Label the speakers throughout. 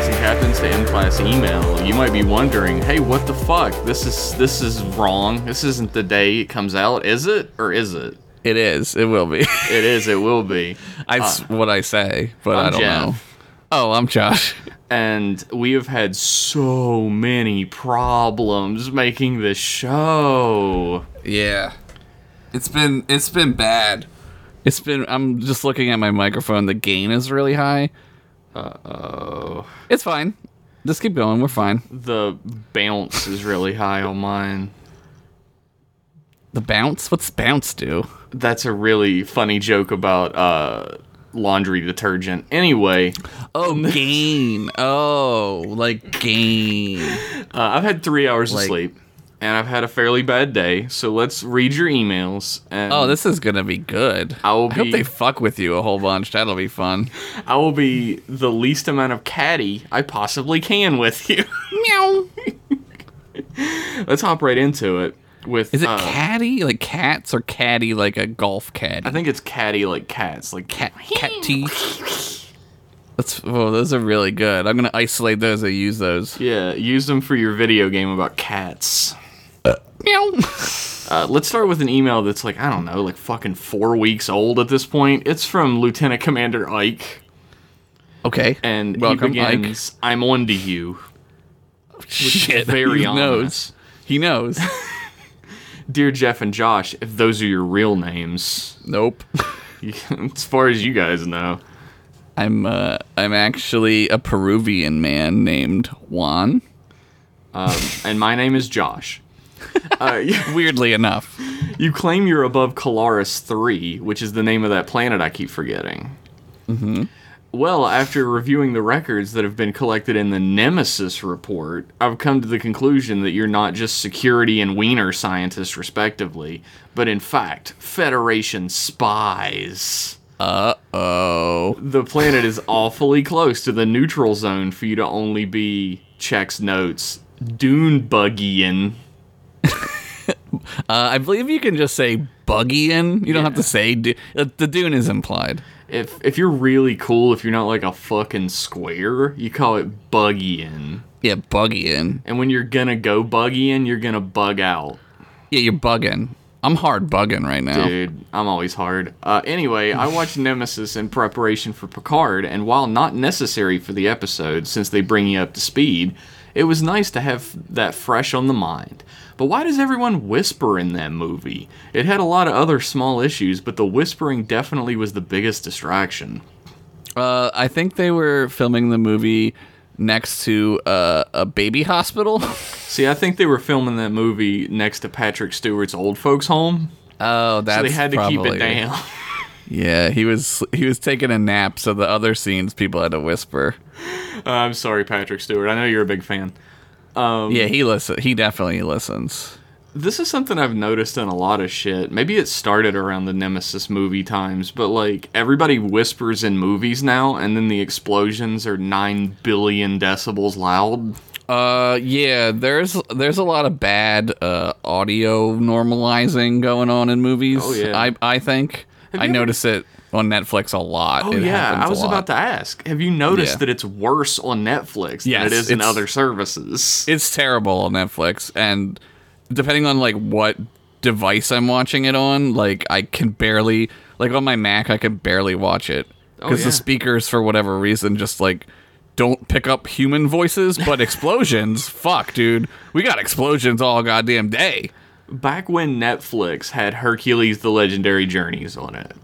Speaker 1: to in-class email, you might be wondering, hey, what the fuck? This is this is wrong. This isn't the day it comes out, is it? Or is it?
Speaker 2: It is. It will be.
Speaker 1: It is. It will be.
Speaker 2: That's what I say, but I'm I
Speaker 1: I'm
Speaker 2: do not
Speaker 1: Jeff.
Speaker 2: know. Oh, I'm Josh.
Speaker 1: and we have had so many problems making this show.
Speaker 2: Yeah. It's been it's been bad. It's been I'm just looking at my microphone. The gain is really high.
Speaker 1: Oh,
Speaker 2: It's fine. Just keep going. We're fine.
Speaker 1: the bounce is really high on mine.
Speaker 2: The bounce? What's bounce do?
Speaker 1: That's a really funny joke about uh, laundry detergent. Anyway,
Speaker 2: Oh, gain. Oh, like gain.
Speaker 1: uh, I've had three hours
Speaker 2: Like-
Speaker 1: of sleep, and I've had a fairly bad day. So let's read your emails. And
Speaker 2: Oh, this is gonna be good.
Speaker 1: I will
Speaker 2: I hope
Speaker 1: be-
Speaker 2: they fuck with you a whole bunch. That'll be fun.
Speaker 1: I will be the least amount of catty I possibly can with you.
Speaker 2: Meow.
Speaker 1: let's hop right into it. With
Speaker 2: Is it
Speaker 1: uh,
Speaker 2: caddy like cats or caddy like a golf caddy?
Speaker 1: I think it's catty like cats, like
Speaker 2: cat cat teeth. That's oh, those are really good. I'm gonna isolate those. I use those.
Speaker 1: Yeah, use them for your video game about cats.
Speaker 2: Meow.
Speaker 1: Uh, let's start with an email that's like I don't know, like fucking four weeks old at this point. It's from Lieutenant Commander Ike,
Speaker 2: Okay.
Speaker 1: and
Speaker 2: Welcome,
Speaker 1: he begins, "I'm on to you."
Speaker 2: Shit.
Speaker 1: Very
Speaker 2: he knows.
Speaker 1: ominous.
Speaker 2: He knows.
Speaker 1: Dear Jeff and Josh, if those are your real names,
Speaker 2: nope.
Speaker 1: as far as you guys know,
Speaker 2: I'm uh I'm actually a Peruvian man named Juan.
Speaker 1: um, and my name is Josh. Uh, you,
Speaker 2: Weirdly enough.
Speaker 1: you claim you're above Colaris 3, which is the name of that planet I keep forgetting. Well, after reviewing the records that have been collected in the Nemesis report, I've come to the conclusion that you're not just security and wiener scientists, respectively, but in fact, Federation spies.
Speaker 2: Oh.
Speaker 1: The planet is awfully close to the neutral zone for you to only be, checks notes, dune buggying.
Speaker 2: Uh, I believe you can just say buggyin. You don't have to say du- uh, the dune is implied.
Speaker 1: If, if you're really cool, if you're not like a fucking square, you call it buggying.
Speaker 2: Yeah, buggyin.
Speaker 1: And when you're gonna go buggying, you're gonna bug out.
Speaker 2: Yeah, you're bugging. I'm hard bugging right now.
Speaker 1: Dude, I'm always hard. Uh, anyway, I watched Nemesis in preparation for Picard, and while not necessary for the episode, since they bring you up to speed, it was nice to have that fresh on the mind. But why does everyone whisper in that movie? It had a lot of other small issues, but the whispering definitely was the biggest distraction.
Speaker 2: Uh, I think they were filming the movie next to uh, a baby hospital.
Speaker 1: See, I think they were filming that movie next to Patrick Stewart's old folks' home,
Speaker 2: oh, that's
Speaker 1: so they had to keep
Speaker 2: probably-
Speaker 1: it down.
Speaker 2: Yeah, he was he was taking a nap, so the other scenes people had to whisper.
Speaker 1: I'm sorry, Patrick Stewart. I know you're a big fan. Um,
Speaker 2: Yeah, he listen. He definitely listens.
Speaker 1: this is something I've noticed in a lot of shit. Maybe it started around the Nemesis movie times, but like everybody whispers in movies now, and then the explosions are nine billion decibels loud.
Speaker 2: Uh, yeah, there's there's a lot of bad uh, audio normalizing going on in movies.
Speaker 1: Oh, yeah.
Speaker 2: I I think
Speaker 1: Have
Speaker 2: I
Speaker 1: you ever-
Speaker 2: notice it on Netflix a lot.
Speaker 1: Oh
Speaker 2: It
Speaker 1: yeah,
Speaker 2: happens
Speaker 1: I
Speaker 2: a
Speaker 1: was
Speaker 2: lot.
Speaker 1: about to ask. Have you noticed
Speaker 2: Yeah.
Speaker 1: that it's worse on Netflix than
Speaker 2: Yes,
Speaker 1: it is in
Speaker 2: it's-
Speaker 1: other services?
Speaker 2: it's terrible on Netflix, and depending on like what device I'm watching it on, like I can barely like on my Mac I can barely watch it
Speaker 1: Oh,
Speaker 2: because
Speaker 1: yeah.
Speaker 2: the speakers for whatever reason just like don't pick up human voices, but explosions. Fuck, dude, we got explosions all goddamn day.
Speaker 1: Back when Netflix had Hercules: The Legendary Journeys on it,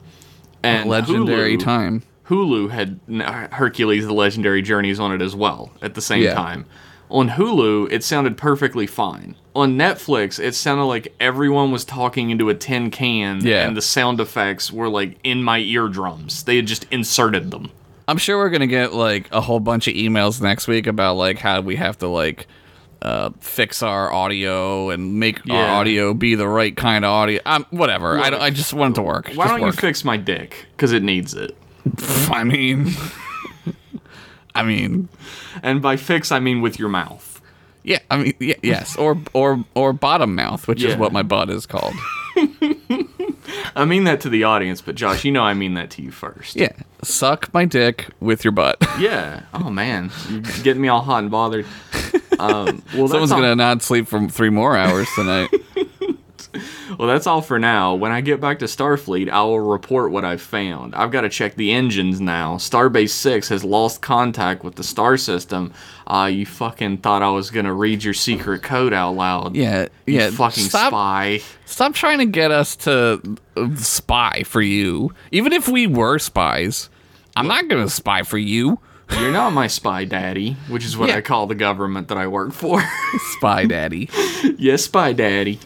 Speaker 1: and
Speaker 2: Legendary
Speaker 1: Hulu-
Speaker 2: time.
Speaker 1: Hulu had n- Hercules: The Legendary Journeys on it as well at the same
Speaker 2: Yeah.
Speaker 1: time. On Hulu, it sounded perfectly fine. On Netflix, it sounded like everyone was talking into a tin can,
Speaker 2: Yeah.
Speaker 1: and the sound effects were like in my eardrums. They had just inserted them.
Speaker 2: I'm sure we're gonna get like a whole bunch of emails next week about like how we have to like uh, fix our audio and make our
Speaker 1: Yeah.
Speaker 2: audio be the right kind of audio. Um, whatever. I,
Speaker 1: Look,
Speaker 2: don't, I just want it to work.
Speaker 1: Why
Speaker 2: Just
Speaker 1: don't you
Speaker 2: work.
Speaker 1: fix my dick? Because it needs it.
Speaker 2: I mean, I mean,
Speaker 1: And by fix, I mean with your mouth.
Speaker 2: yeah. I mean, yeah, yes. Or or or bottom mouth, which
Speaker 1: Yeah.
Speaker 2: is what my butt is called.
Speaker 1: I mean that to the audience, but Josh, you know I mean that to you first.
Speaker 2: Yeah. Suck my dick with your butt.
Speaker 1: Yeah. Oh man, you're getting me all hot and bothered. Um, well, that's
Speaker 2: Someone's
Speaker 1: all,
Speaker 2: gonna not sleep for three more hours tonight.
Speaker 1: well, that's all for now. When I get back to Starfleet, I will report what I've found. I've got to check the engines now. Starbase Six has lost contact with the star system. Ah, you fucking thought I was gonna read your secret code out loud?
Speaker 2: yeah.
Speaker 1: You
Speaker 2: Yeah.
Speaker 1: fucking
Speaker 2: stop,
Speaker 1: spy.
Speaker 2: Stop trying to get us to uh, spy for you. Even if we were spies, I'm not gonna spy for you,
Speaker 1: You're not my spy daddy, which is what
Speaker 2: Yeah.
Speaker 1: I call the government that I work for.
Speaker 2: spy daddy.
Speaker 1: yes, spy daddy.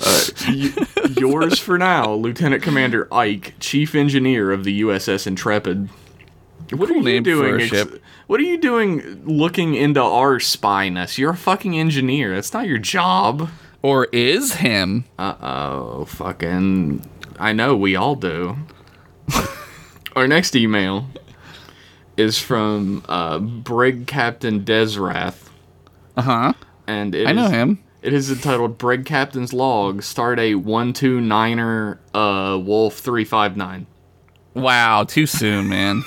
Speaker 1: Uh, y- yours for now, Lieutenant Commander Ike, Chief Engineer of the USS Intrepid. What are you
Speaker 2: name for
Speaker 1: doing?
Speaker 2: a
Speaker 1: ex-
Speaker 2: ship.
Speaker 1: What are you doing looking into our spyness? You're a fucking engineer. That's not your job.
Speaker 2: Or is him?
Speaker 1: Uh oh, fucking. I know we all do. Our next email is from uh, Brig Captain Desrath,
Speaker 2: Uh huh.
Speaker 1: and it
Speaker 2: I know
Speaker 1: Uh-huh. is-
Speaker 2: him.
Speaker 1: It is entitled Brig Captain's Log, Stardate 129er uh, Wolf 359.
Speaker 2: Wow. Too soon, man.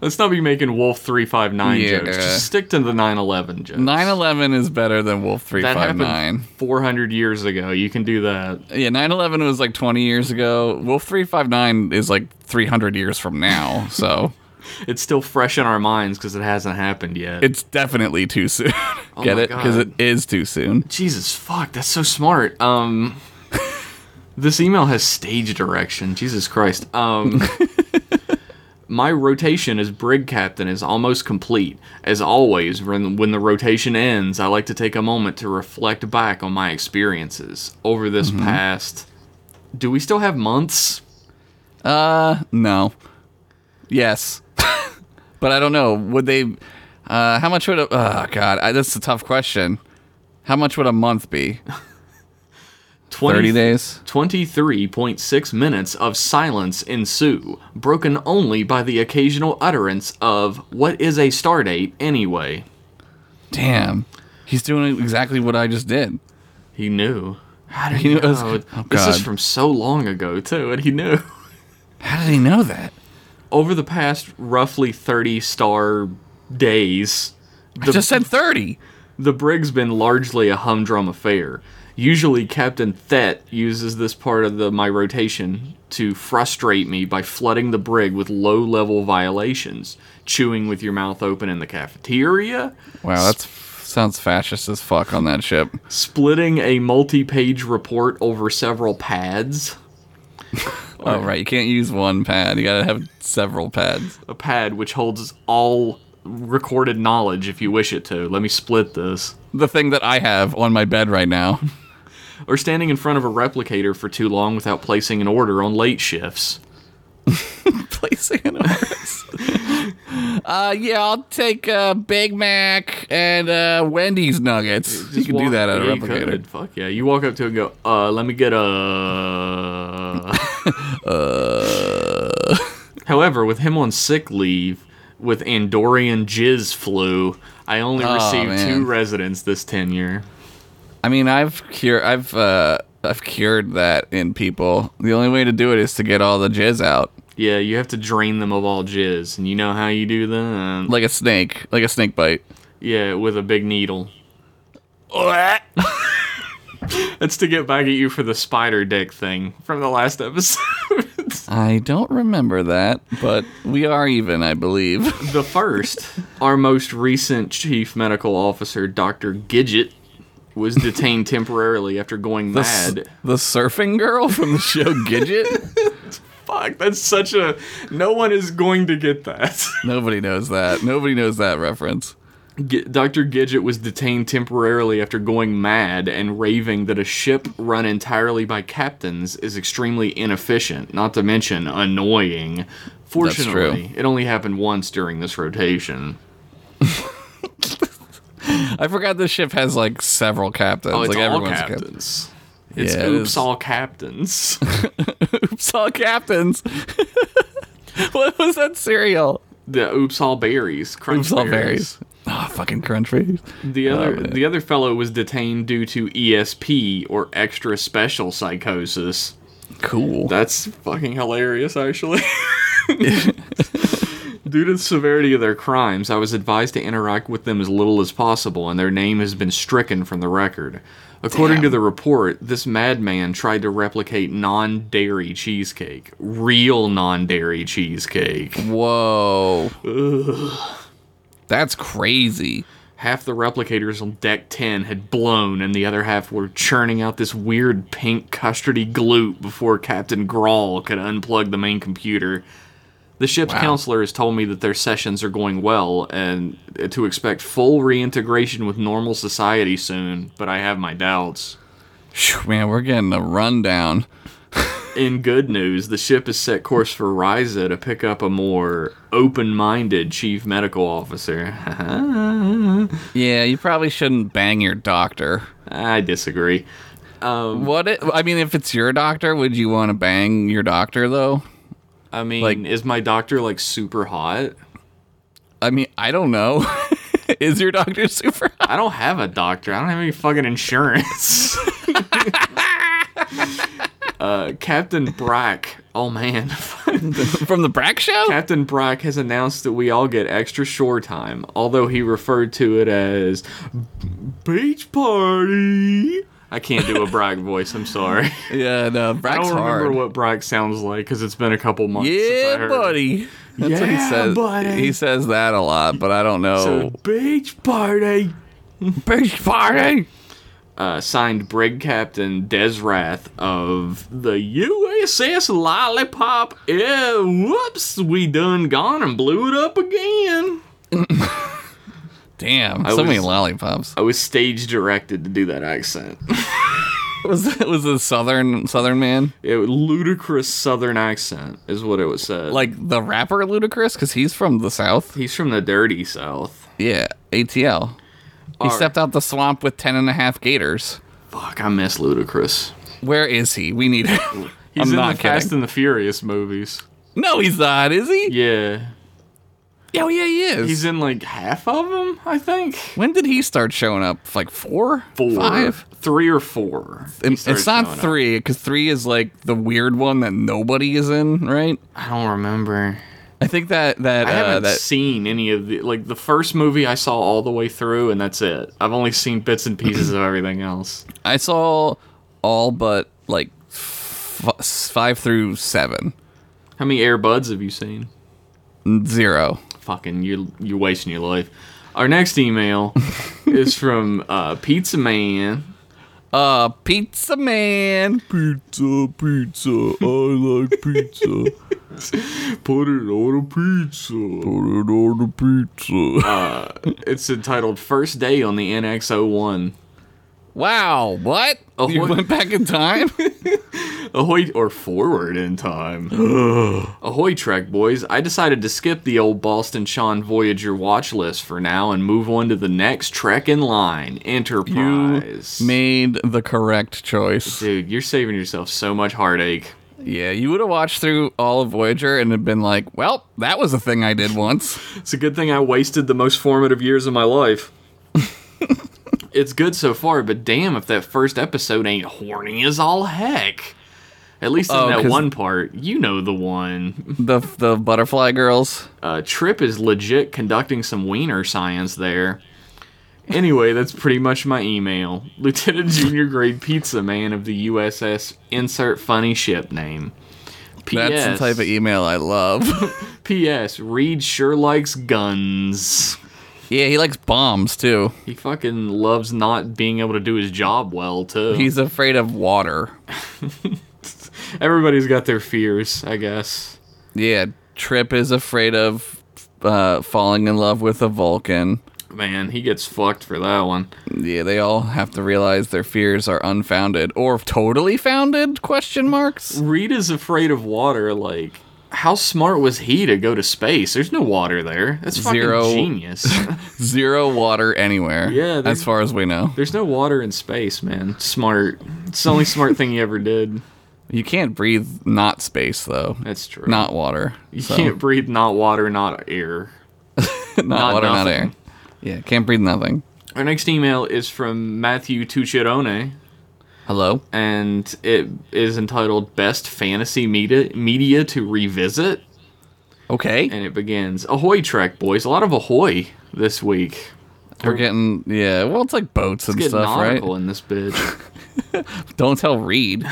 Speaker 1: Let's not be making Wolf 359 jokes.
Speaker 2: Yeah.
Speaker 1: Just stick to the 911 jokes.
Speaker 2: 9/11 is better than Wolf
Speaker 1: that happened
Speaker 2: 359.
Speaker 1: 400 years ago. You can do that.
Speaker 2: Yeah, 9/11 was like 20 years ago. Wolf 359 is like 300 years from now. So
Speaker 1: It's still fresh in our minds because it hasn't happened yet.
Speaker 2: it's definitely too soon. Get
Speaker 1: Oh my
Speaker 2: it? Because it
Speaker 1: God.
Speaker 2: is too soon.
Speaker 1: Jesus fuck, that's so smart. Um This email has stage direction. Jesus Christ. Um My rotation as brig captain is almost complete. As always, when, when the rotation ends, I like to take a moment to reflect back on my experiences over this
Speaker 2: Mm-hmm.
Speaker 1: past. Do we still have months?
Speaker 2: Uh, no. Yes, but I don't know. Would they? Uh, how much would a? Oh God, I, that's a tough question. How much would a month be?
Speaker 1: 20,
Speaker 2: Thirty days.
Speaker 1: 23.6 minutes of silence ensue, broken only by the occasional utterance of, What is a stardate anyway?
Speaker 2: Damn, he's doing exactly what I just did.
Speaker 1: He knew. How did
Speaker 2: He
Speaker 1: he,
Speaker 2: knew it
Speaker 1: know?
Speaker 2: was- oh,
Speaker 1: this is
Speaker 2: God.
Speaker 1: from so long ago too, and he knew.
Speaker 2: How did he know that?
Speaker 1: Over the past roughly thirty star days,
Speaker 2: I just said thirty.
Speaker 1: the brig's been largely a humdrum affair. Usually, Captain Thet uses this part of the my rotation to frustrate me by flooding the brig with low-level violations, chewing with your mouth open in the cafeteria,
Speaker 2: Wow, that sounds fascist as fuck on that ship.
Speaker 1: splitting a multi-page report over several pads.
Speaker 2: Oh right, you can't use one pad. You gotta have several pads.
Speaker 1: a pad which holds all recorded knowledge if you wish it to. Let me split this.
Speaker 2: The thing that I have on my bed right now.
Speaker 1: Or standing in front of a replicator for too long without placing an order on late shifts.
Speaker 2: Placing an orders. uh, yeah, I'll take uh, Big Mac and uh, Wendy's nuggets. You
Speaker 1: Just
Speaker 2: can do
Speaker 1: walk-
Speaker 2: that at a
Speaker 1: yeah, you
Speaker 2: replicator.
Speaker 1: could. Fuck yeah. You walk up to it and go, uh, let me get a. uh.
Speaker 2: Uh.
Speaker 1: However, with him on sick leave, with Andorian jizz flu, I only received
Speaker 2: Ah, man.
Speaker 1: two residents this tenure.
Speaker 2: I mean, I've cure, I've uh, I've cured that in people. The only way to do it is to get all the jizz out,
Speaker 1: Yeah, you have to drain them of all jizz, and you know how you do that?
Speaker 2: like a snake, like a snake bite.
Speaker 1: Yeah, with a big needle. That's to get back at you for the spider dick thing from the last episode.
Speaker 2: I don't remember that, but we are even, I believe.
Speaker 1: the first, our most recent chief medical officer, Dr. Gidget, was detained temporarily after going
Speaker 2: S-
Speaker 1: mad.
Speaker 2: The surfing girl from the show Gidget?
Speaker 1: Fuck, that's such a. No one is going to get that.
Speaker 2: Nobody knows that. Nobody knows that reference. I forgot this ship has like several captains.
Speaker 1: Oh, it's
Speaker 2: like
Speaker 1: all
Speaker 2: everyone's a captain.
Speaker 1: captains. It's
Speaker 2: Yeah, it
Speaker 1: oops
Speaker 2: is.
Speaker 1: all captains.
Speaker 2: Oops, all captains. what was that cereal?
Speaker 1: the oops all berries. Crunch
Speaker 2: Oops, all berries. Ah, fucking crunchface.
Speaker 1: The other
Speaker 2: man.
Speaker 1: the other fellow was detained due to ESP or extra special psychosis.
Speaker 2: Cool.
Speaker 1: That's fucking hilarious, actually. Due to the severity of their crimes, I was advised to interact with them as little as possible, and their name has been stricken from the record. According to
Speaker 2: Damn.
Speaker 1: the report, this madman tried to replicate non dairy cheesecake. Real non dairy cheesecake.
Speaker 2: Whoa. That's crazy.
Speaker 1: Half the replicators on deck 10 had blown, and the other half were churning out this weird pink custardy gloop before Captain Grawl could unplug the main computer. The ship's
Speaker 2: Wow.
Speaker 1: counselor has told me that their sessions are going well and to expect full reintegration with normal society soon, but I have my doubts.
Speaker 2: Phew, man, we're getting a rundown.
Speaker 1: In good news, the ship has set course for Riza to pick up a more open minded chief medical officer.
Speaker 2: Yeah, you probably shouldn't bang your doctor.
Speaker 1: I disagree.
Speaker 2: What? It, I mean, if it's your doctor, would you want to bang your doctor though?
Speaker 1: I mean,
Speaker 2: Like-
Speaker 1: is my doctor like super hot?
Speaker 2: I mean, I don't know. Is your doctor super? hot?
Speaker 1: I don't have a doctor. I don't have any fucking insurance. uh, Captain Brack. Oh man.
Speaker 2: From the Brack Show?
Speaker 1: Captain Brack has announced that we all get extra shore time, although he referred to it as beach party. I can't do a Brack voice. I'm sorry.
Speaker 2: Yeah, no,
Speaker 1: I
Speaker 2: Brack's
Speaker 1: don't remember
Speaker 2: hard.
Speaker 1: what Brack sounds like because it's been a couple months. since I
Speaker 2: yeah,
Speaker 1: heard
Speaker 2: buddy. That's what he
Speaker 1: Yeah,
Speaker 2: says.
Speaker 1: buddy.
Speaker 2: He says that a lot, but I don't
Speaker 1: It.
Speaker 2: know.
Speaker 1: So, beach party.
Speaker 2: beach party.
Speaker 1: uh, signed brig captain Desrath of the USS Lollipop. Yeah, whoops, we done gone and blew it up again.
Speaker 2: Damn, so many
Speaker 1: was-
Speaker 2: lollipops.
Speaker 1: I was stage directed to do that accent.
Speaker 2: Was it was the southern southern man
Speaker 1: it was ludicrous Southern accent is what it was said.
Speaker 2: like the rapper Ludacris? Because he's from the south.
Speaker 1: he's from the dirty South.
Speaker 2: Yeah, ATL. He
Speaker 1: All
Speaker 2: stepped out the swamp with ten and a half gators.
Speaker 1: Fuck, I miss Ludicrous.
Speaker 2: Where is he? We need him.
Speaker 1: He's
Speaker 2: I'm
Speaker 1: in
Speaker 2: not
Speaker 1: the Fast
Speaker 2: kidding.
Speaker 1: and the Furious movies.
Speaker 2: No, he's not. Is he?
Speaker 1: Yeah,
Speaker 2: Oh yeah, he is.
Speaker 1: he's in like half of them, I think.
Speaker 2: when did he start showing up? Like four,
Speaker 1: Four,
Speaker 2: five.
Speaker 1: three or four. He
Speaker 2: It-
Speaker 1: starts
Speaker 2: It's not
Speaker 1: showing up.
Speaker 2: three because three is like the weird one that nobody is in, right?
Speaker 1: I don't remember.
Speaker 2: I think that that
Speaker 1: I
Speaker 2: uh,
Speaker 1: haven't
Speaker 2: that
Speaker 1: seen any of the like the first movie I saw all the way through, and that's it. I've only seen bits and pieces of everything else.
Speaker 2: I saw all but like f- five through seven.
Speaker 1: How many Airbuds have you seen?
Speaker 2: Zero.
Speaker 1: Fucking, you're you're wasting your life. Our next email is from uh, Pizza Man.
Speaker 2: Uh, pizza man. Pizza, pizza. I like pizza.
Speaker 1: Put it on a pizza.
Speaker 2: Put it on the pizza.
Speaker 1: It's entitled First Day on the NX01.
Speaker 2: wow, Oh, what? you
Speaker 1: what-
Speaker 2: went back in time?
Speaker 1: Ahoy, or forward in time. Ahoy, Trek boys. I decided to skip the old Boston Sean Voyager watch list for now and move on to the next Trek in line Enterprise.
Speaker 2: Made the correct choice.
Speaker 1: Dude, you're saving yourself so much heartache.
Speaker 2: Yeah, you would have watched through all of Voyager and had been like, well, that was a thing I did once.
Speaker 1: It's a good thing I wasted the most formative years of my life. it's good so far, but damn if that first episode ain't horny as all heck. At least in
Speaker 2: Oh,
Speaker 1: that
Speaker 2: 'cause-
Speaker 1: one part, you know the one.
Speaker 2: the the butterfly girls.
Speaker 1: uh, Trip is legit conducting some wiener science there. Anyway, that's pretty much my email. Lieutenant Junior Grade Pizza Man of the USS Insert Funny Ship Name. P.S.
Speaker 2: That's the type of e- email I love.
Speaker 1: P.S. Reed sure likes guns.
Speaker 2: yeah, he likes bombs too.
Speaker 1: He fucking loves not being able to do his job well too.
Speaker 2: He's afraid of water.
Speaker 1: Everybody's got their fears, I guess.
Speaker 2: Yeah, Trip is afraid of uh, falling in love with a Vulcan.
Speaker 1: Man, he gets fucked for that one.
Speaker 2: Yeah, they all have to realize their fears are unfounded or totally founded? Question marks.
Speaker 1: Reed is afraid of water. Like, how smart was he to go to space? There's no water there. That's fucking
Speaker 2: Zero.
Speaker 1: genius.
Speaker 2: Zero water anywhere.
Speaker 1: Yeah, they're-
Speaker 2: as far as we know,
Speaker 1: There's no water in space, man. Smart. It's the only smart thing he ever did.
Speaker 2: you can't breathe not space though,
Speaker 1: That's true.
Speaker 2: not water.
Speaker 1: you can't breathe not water, not air.
Speaker 2: not, water, not
Speaker 1: nothing.
Speaker 2: air. Yeah, can't breathe nothing.
Speaker 1: Our next email is from Matthew Tucciarone,
Speaker 2: Hello.
Speaker 1: and it is entitled Best Fantasy Media, Media to Revisit.
Speaker 2: Okay.
Speaker 1: And it begins Ahoy, Trek Boys. A lot of ahoy this week.
Speaker 2: We're getting yeah. Well, it's like boats and
Speaker 1: Get
Speaker 2: stuff, right?
Speaker 1: nautical in this bitch.
Speaker 2: Don't tell Reed.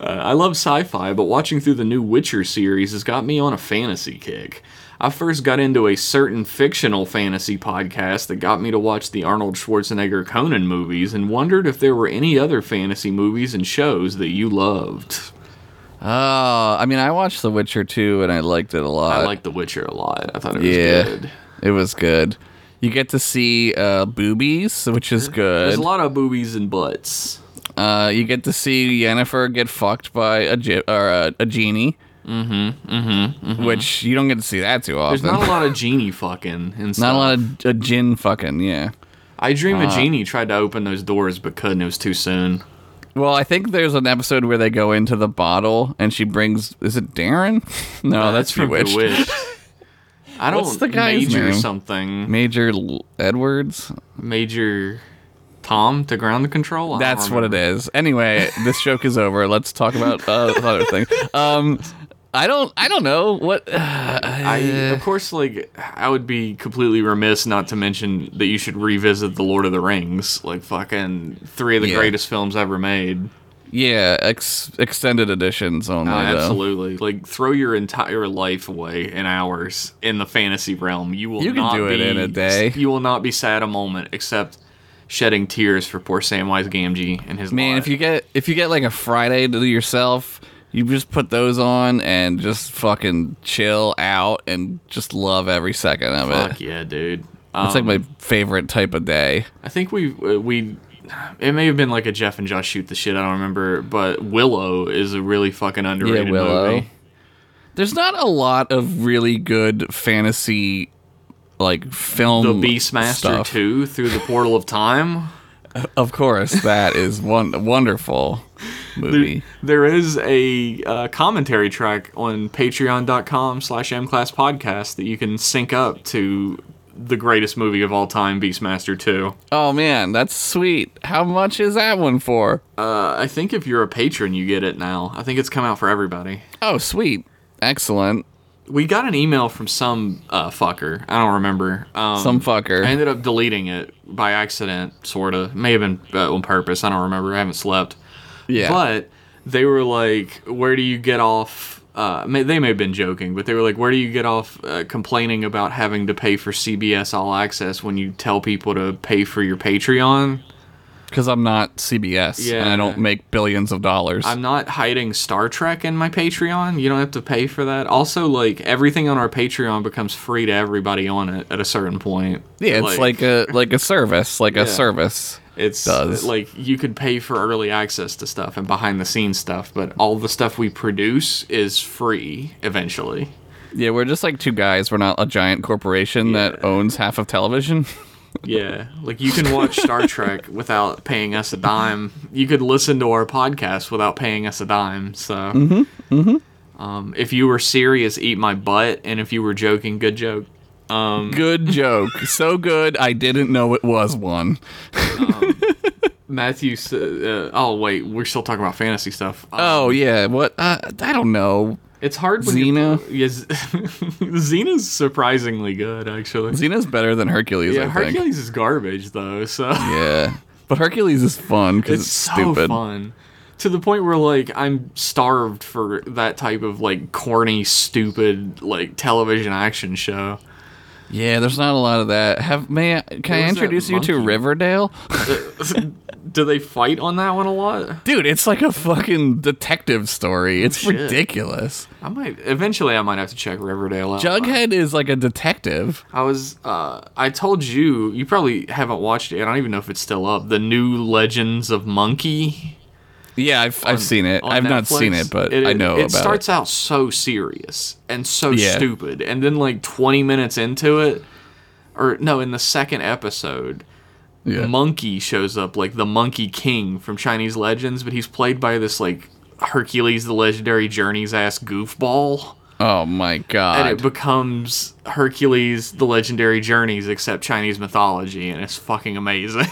Speaker 1: I love sci fi, but watching through the new Witcher series has got me on a fantasy kick. I first got into a certain fictional fantasy podcast that got me to watch the Arnold Schwarzenegger Conan movies and wondered if there were any other fantasy movies and shows that you loved.
Speaker 2: Uh, I mean, I watched The Witcher 2 and I liked it a lot.
Speaker 1: I liked The Witcher a lot. I thought it was
Speaker 2: Uh, yeah,
Speaker 1: good.
Speaker 2: it was good. You get to see uh, boobies, which is
Speaker 1: There's
Speaker 2: good.
Speaker 1: a lot of boobies and butts.
Speaker 2: Uh, you get to see Yennefer get fucked by a ge- or a, a genie. Mm-hmm, mm-hmm, Which you don't get to see that too often.
Speaker 1: There's not a lot of genie fucking and stuff.
Speaker 2: Not a lot of Uh, a gin fucking. Yeah.
Speaker 1: I dream a genie tried to open those doors but couldn't. It was too soon.
Speaker 2: Well, I think there's an episode where they go into the bottle and she brings. Is it Darren? No, Oh, that's,
Speaker 1: from
Speaker 2: Bewitched.
Speaker 1: Bewitched. I don't.
Speaker 2: What's the guy's
Speaker 1: Major
Speaker 2: name?
Speaker 1: something.
Speaker 2: Major L- Edwards.
Speaker 1: Major Tom to ground the control. I don't
Speaker 2: That's what it
Speaker 1: remember.
Speaker 2: is. Anyway, this joke is over. Let's talk about uh, other thing. Um, I don't. I don't know what. uh,
Speaker 1: I, of course, like I would be completely remiss not to mention that you should revisit the Lord of the Rings, like fucking three of the
Speaker 2: Yeah.
Speaker 1: greatest films ever made.
Speaker 2: yeah, ex- extended editions only.
Speaker 1: Oh,
Speaker 2: though.
Speaker 1: absolutely. Like throw your entire life away in hours in the fantasy realm. You will
Speaker 2: You can
Speaker 1: not
Speaker 2: do it
Speaker 1: be,
Speaker 2: in a day.
Speaker 1: You will not be sad a moment except shedding tears for poor Samwise Gamgee and his
Speaker 2: Man,
Speaker 1: lot.
Speaker 2: if you get if you get like a Friday to yourself, you just put those on and just fucking chill out and just love every second of it.
Speaker 1: Fuck yeah, dude. Um,
Speaker 2: It's like my favorite type of day.
Speaker 1: I think we uh, we it may have been like a Jeff and Josh shoot the shit. I don't remember, but Willow is a really fucking underrated
Speaker 2: Willow.
Speaker 1: movie.
Speaker 2: There's not a lot of really good fantasy like film
Speaker 1: The Beastmaster
Speaker 2: Mm, stuff.
Speaker 1: two through the portal of time.
Speaker 2: Of course, that is one wonderful movie.
Speaker 1: There is a uh, commentary track on patreon.com slash mclasspodcast that you can sync up to the greatest movie of all time, Beastmaster 2.
Speaker 2: Oh man, that's sweet. How much is that one for?
Speaker 1: Uh, I think if you're a patron, you get it now. I think it's come out for everybody.
Speaker 2: Oh, sweet. Excellent.
Speaker 1: We got an email from some uh, fucker. I don't remember. Um,
Speaker 2: Some fucker.
Speaker 1: I ended up deleting it by accident, sort of. May have been uh, on purpose. I don't remember. I haven't slept.
Speaker 2: yeah.
Speaker 1: But they were like, "Where do you get off?" Uh, may, they may have been joking, but they were like, "Where do you get off uh, complaining about having to pay for CBS All Access when you tell people to pay for your Patreon?"
Speaker 2: Because I'm not CBS and
Speaker 1: Yeah.
Speaker 2: I don't make billions of dollars.
Speaker 1: I'm not hiding Star Trek in my Patreon. You don't have to pay for that. Also, like everything on our Patreon becomes free to everybody on it at a certain point.
Speaker 2: yeah, it's like, a like a service, like a service.
Speaker 1: It's
Speaker 2: Does.
Speaker 1: like you could pay for early access to stuff and behind the scenes stuff, but all the stuff we produce is free eventually.
Speaker 2: Yeah, we're just like two guys. We're not a giant corporation that owns half of television.
Speaker 1: Yeah, like you can watch Star Trek without paying us a dime. You could listen to our podcast without paying us a dime. So,
Speaker 2: Mm-hmm.
Speaker 1: Um, if you were serious, eat my butt, and if you were joking, good joke.
Speaker 2: good joke. So good, I didn't know it was one.
Speaker 1: Matthew, s- uh, oh wait, we're still talking about fantasy stuff. Um,
Speaker 2: Oh yeah, what? Uh, I don't know.
Speaker 1: it's hard. When
Speaker 2: Xena?
Speaker 1: you- yes, Xena's surprisingly good actually.
Speaker 2: Xena's better than Hercules.
Speaker 1: Yeah,
Speaker 2: I think.
Speaker 1: Hercules is garbage though, so
Speaker 2: Yeah, but Hercules is fun because
Speaker 1: it's,
Speaker 2: it's,
Speaker 1: so
Speaker 2: stupid.
Speaker 1: fun. To the point where like I'm starved for that type of like corny, stupid like television action show.
Speaker 2: Yeah, there's not a lot of that. Have may I, can
Speaker 1: There
Speaker 2: I
Speaker 1: was that
Speaker 2: introduce you to
Speaker 1: monkey.
Speaker 2: Riverdale?
Speaker 1: Do they fight on that one a lot?
Speaker 2: Dude, it's like a fucking detective story. It's
Speaker 1: Shit.
Speaker 2: ridiculous.
Speaker 1: I might eventually. I might have to check Riverdale out.
Speaker 2: Jughead is like a detective.
Speaker 1: I was. Uh, I told you. You probably haven't watched it. I don't even know if it's still up. The New Legends of Monkey.
Speaker 2: Yeah, I've, I've seen it.
Speaker 1: on
Speaker 2: I've not
Speaker 1: Netflix.
Speaker 2: seen it, but I know
Speaker 1: it
Speaker 2: about
Speaker 1: starts out so serious and so
Speaker 2: Yeah.
Speaker 1: stupid, and then like 20 minutes into it, or no, in the second episode,
Speaker 2: it. Yeah.
Speaker 1: Monkey shows up like the Monkey King from Chinese Legends, but he's played by this like Hercules the Legendary Journeys ass goofball.
Speaker 2: Oh my
Speaker 1: and it
Speaker 2: god.
Speaker 1: becomes Hercules: The Legendary Journeys, except Chinese mythology, and it's fucking amazing.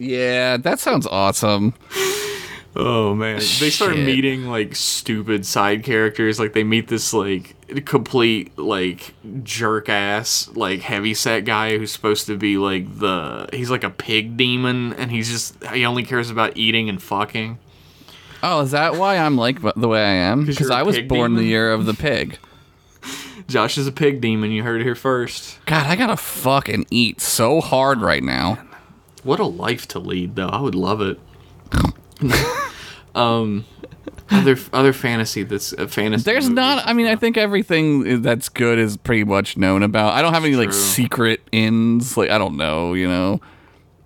Speaker 2: yeah, that sounds awesome.
Speaker 1: oh man, they start
Speaker 2: Shit.
Speaker 1: meeting like stupid side characters. Like they meet this like complete like jerk ass like heavyset guy who's supposed to be like the he's like a pig demon, and he's just he only cares about eating and fucking.
Speaker 2: Oh, is that why I'm like the way I am?
Speaker 1: 'Cause
Speaker 2: Because
Speaker 1: you're a
Speaker 2: I was
Speaker 1: pig
Speaker 2: born the
Speaker 1: demon?
Speaker 2: year of the pig.
Speaker 1: Josh is a pig demon. You heard it here first.
Speaker 2: God, I gotta fucking eat so hard right now.
Speaker 1: What a life to lead, though. I would love it. um, other other fantasy that's a fantasy.
Speaker 2: There's
Speaker 1: movie.
Speaker 2: not. I mean, I think everything that's good is pretty much known about. I don't have any like
Speaker 1: True.
Speaker 2: secret ends. Like I don't know. You know,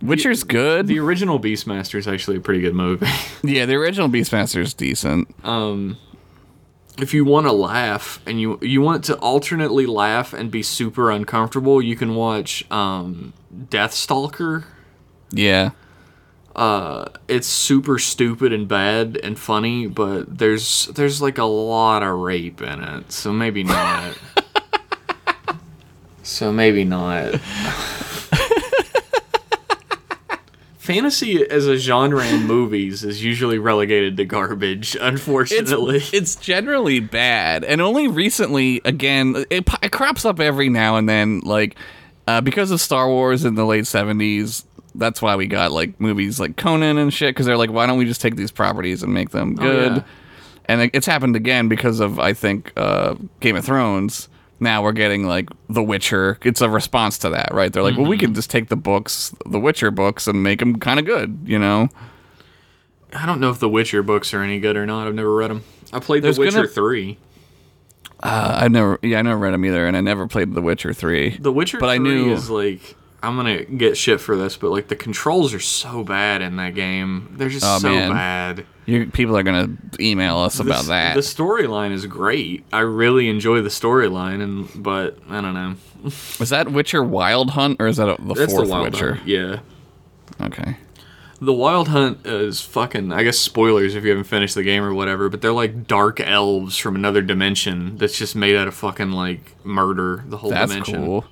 Speaker 2: Witcher's good.
Speaker 1: the original Beastmaster is actually a pretty good movie.
Speaker 2: yeah, the original Beastmaster is decent.
Speaker 1: if you want to laugh and you you want to alternately laugh and be super uncomfortable, you can watch um, Deathstalker.
Speaker 2: yeah,
Speaker 1: It's super stupid and bad and funny, but there's there's like a lot of rape in it, so maybe not. so maybe not. Fantasy as a genre in movies is usually relegated to garbage, unfortunately.
Speaker 2: it's generally bad, and only recently again it, po- it crops up every now and then. Like uh, because of Star Wars in the late '70s. That's why we got like movies like Conan and shit because they're like, why don't we just take these properties and make them good?
Speaker 1: yeah.
Speaker 2: and it- it's happened again because of I think uh, Game of Thrones. Now we're getting like The Witcher. It's a response to that, right? They're like, well, we can just take the books, The Witcher books, and make them kind of good, you know?
Speaker 1: I don't know if the Witcher books are any good or not. I've never read them. I played
Speaker 2: There's
Speaker 1: The Witcher
Speaker 2: gonna-
Speaker 1: 3.
Speaker 2: Uh, I've never, yeah, I never read them either, and I never played The Witcher Three.
Speaker 1: The Witcher
Speaker 2: But
Speaker 1: 3
Speaker 2: I knew-
Speaker 1: is like I'm going to get shit for this, but like the controls are so bad in that game. They're just
Speaker 2: Oh,
Speaker 1: so
Speaker 2: man.
Speaker 1: bad.
Speaker 2: You, people are gonna email us
Speaker 1: The-
Speaker 2: about that.
Speaker 1: The storyline is great. I really enjoy the storyline and but I don't know.
Speaker 2: Was that Witcher Wild Hunt, or is that a, the
Speaker 1: That's
Speaker 2: fourth
Speaker 1: the Wild
Speaker 2: Witcher?
Speaker 1: Hunt. Yeah.
Speaker 2: Okay.
Speaker 1: The Wild Hunt is fucking I guess spoilers if you haven't finished the game or whatever, but they're like dark elves from another dimension that's just made out of fucking like murder, the whole
Speaker 2: That's
Speaker 1: dimension.
Speaker 2: cool.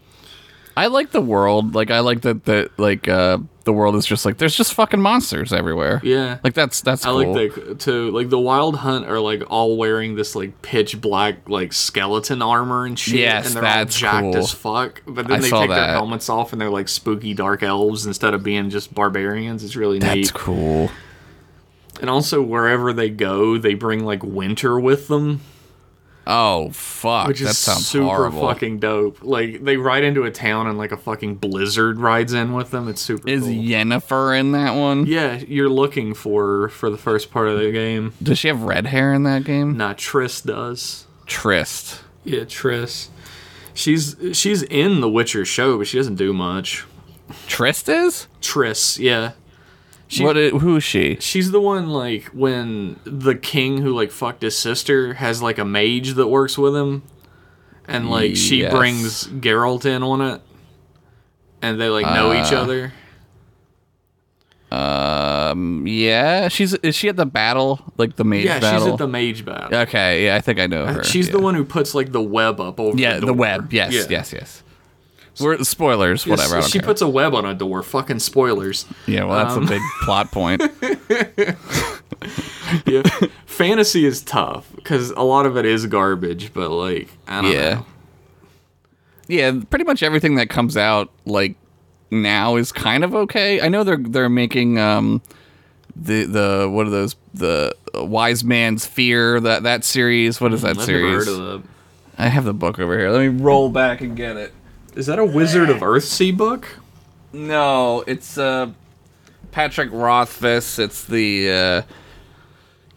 Speaker 2: I like the world. Like I like that the like uh the world is just like there's just fucking monsters everywhere.
Speaker 1: Yeah.
Speaker 2: Like that's that's
Speaker 1: I
Speaker 2: cool.
Speaker 1: like the to like the Wild Hunt are like all wearing this like pitch black like skeleton armor and shit,
Speaker 2: Yes,
Speaker 1: and they're
Speaker 2: that's
Speaker 1: all jacked
Speaker 2: cool.
Speaker 1: as fuck. But then
Speaker 2: I
Speaker 1: they
Speaker 2: saw
Speaker 1: take their
Speaker 2: that.
Speaker 1: helmets off and they're like spooky dark elves instead of being just barbarians. It's really
Speaker 2: That's
Speaker 1: neat.
Speaker 2: cool.
Speaker 1: And also wherever they go, they bring like winter with them,
Speaker 2: Oh fuck,
Speaker 1: which is
Speaker 2: that sounds
Speaker 1: super
Speaker 2: horrible.
Speaker 1: fucking dope. Like they ride into a town and like a fucking blizzard rides in with them. It's super.
Speaker 2: is
Speaker 1: cool.
Speaker 2: Yennefer in that one?
Speaker 1: yeah, you're looking for her for the first part of the game.
Speaker 2: Does she have red hair in that game?
Speaker 1: Nah, Triss does.
Speaker 2: Trist.
Speaker 1: Yeah, Triss. She's she's in the Witcher show, but she doesn't do much.
Speaker 2: Trist is?
Speaker 1: Triss, yeah. She-
Speaker 2: what? i- who is she?
Speaker 1: She's the one like when the king who like fucked his sister has like a mage that works with him and like she
Speaker 2: Yes.
Speaker 1: brings Geralt in on it and they like know each
Speaker 2: Uh,
Speaker 1: other.
Speaker 2: Um, yeah, she's is she at the battle like the mage
Speaker 1: Yeah,
Speaker 2: battle?
Speaker 1: she's at the mage battle.
Speaker 2: okay, yeah, I think I know her.
Speaker 1: Uh, she's
Speaker 2: yeah.
Speaker 1: the one who puts like the web up over
Speaker 2: Yeah,
Speaker 1: the,
Speaker 2: the,
Speaker 1: door.
Speaker 2: web. Yes,
Speaker 1: Yeah.
Speaker 2: yes, yes. We're spoilers.
Speaker 1: Yeah,
Speaker 2: Whatever. I don't
Speaker 1: she um,
Speaker 2: care.
Speaker 1: puts a web on a door. Fucking spoilers.
Speaker 2: yeah, well, that's a big plot point.
Speaker 1: yeah. Fantasy is tough because a lot of it is garbage, but like, I don't
Speaker 2: Yeah.
Speaker 1: know.
Speaker 2: Yeah, pretty much everything that comes out like now is kind of okay. I know they're they're making um the the what are those the uh, Wise Man's Fear that that series. What is that
Speaker 1: Mm, I've never
Speaker 2: series?
Speaker 1: heard of
Speaker 2: I have the book over here. Let me roll back and get it.
Speaker 1: that. Is that a Wizard of Earthsea book?
Speaker 2: No, it's uh Patrick Rothfuss. It's the uh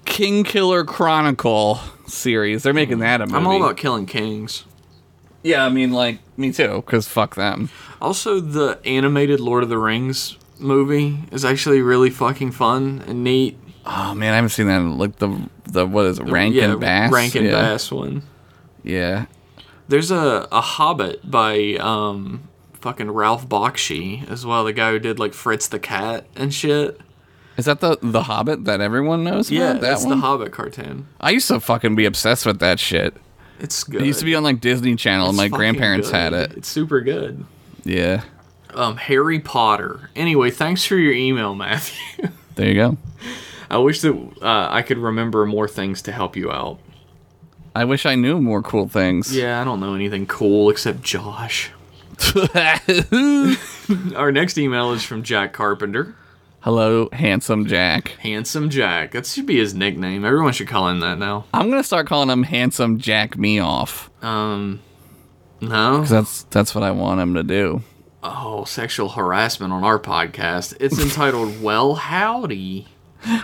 Speaker 2: King Killer Chronicle series. They're making that a movie.
Speaker 1: I'm all about killing kings.
Speaker 2: Yeah, I mean like me too cuz fuck them.
Speaker 1: Also, the animated Lord of the Rings movie is actually really fucking fun and neat.
Speaker 2: Oh man, I haven't seen that. in, Like the the what is it, Rankin
Speaker 1: yeah,
Speaker 2: Bass?
Speaker 1: Rankin
Speaker 2: yeah.
Speaker 1: Bass one.
Speaker 2: Yeah.
Speaker 1: There's a, a Hobbit by um fucking Ralph Bakshi as well, the guy who did like Fritz the Cat and shit.
Speaker 2: Is that the the Hobbit that everyone knows?
Speaker 1: Yeah,
Speaker 2: about? that
Speaker 1: that's
Speaker 2: one.
Speaker 1: the Hobbit cartoon.
Speaker 2: I used to fucking be obsessed with that shit.
Speaker 1: It's good.
Speaker 2: It used to be on like Disney Channel. and
Speaker 1: It's
Speaker 2: my
Speaker 1: fucking
Speaker 2: grandparents
Speaker 1: good.
Speaker 2: had it.
Speaker 1: It's super good.
Speaker 2: Yeah.
Speaker 1: Um, Harry Potter. Anyway, thanks for your email, Matthew.
Speaker 2: There you go.
Speaker 1: I wish that uh, I could remember more things to help you out.
Speaker 2: I wish I knew more cool things.
Speaker 1: Yeah, I don't know anything cool except Josh. Our next email is from Jack Carpenter.
Speaker 2: Hello, handsome Jack.
Speaker 1: Handsome Jack. That should be his nickname. Everyone should call him that now.
Speaker 2: I'm gonna start calling him handsome Jack me off.
Speaker 1: Um, no.
Speaker 2: That's that's what I want him to do.
Speaker 1: Oh, sexual harassment on our podcast. It's entitled "Well Howdy."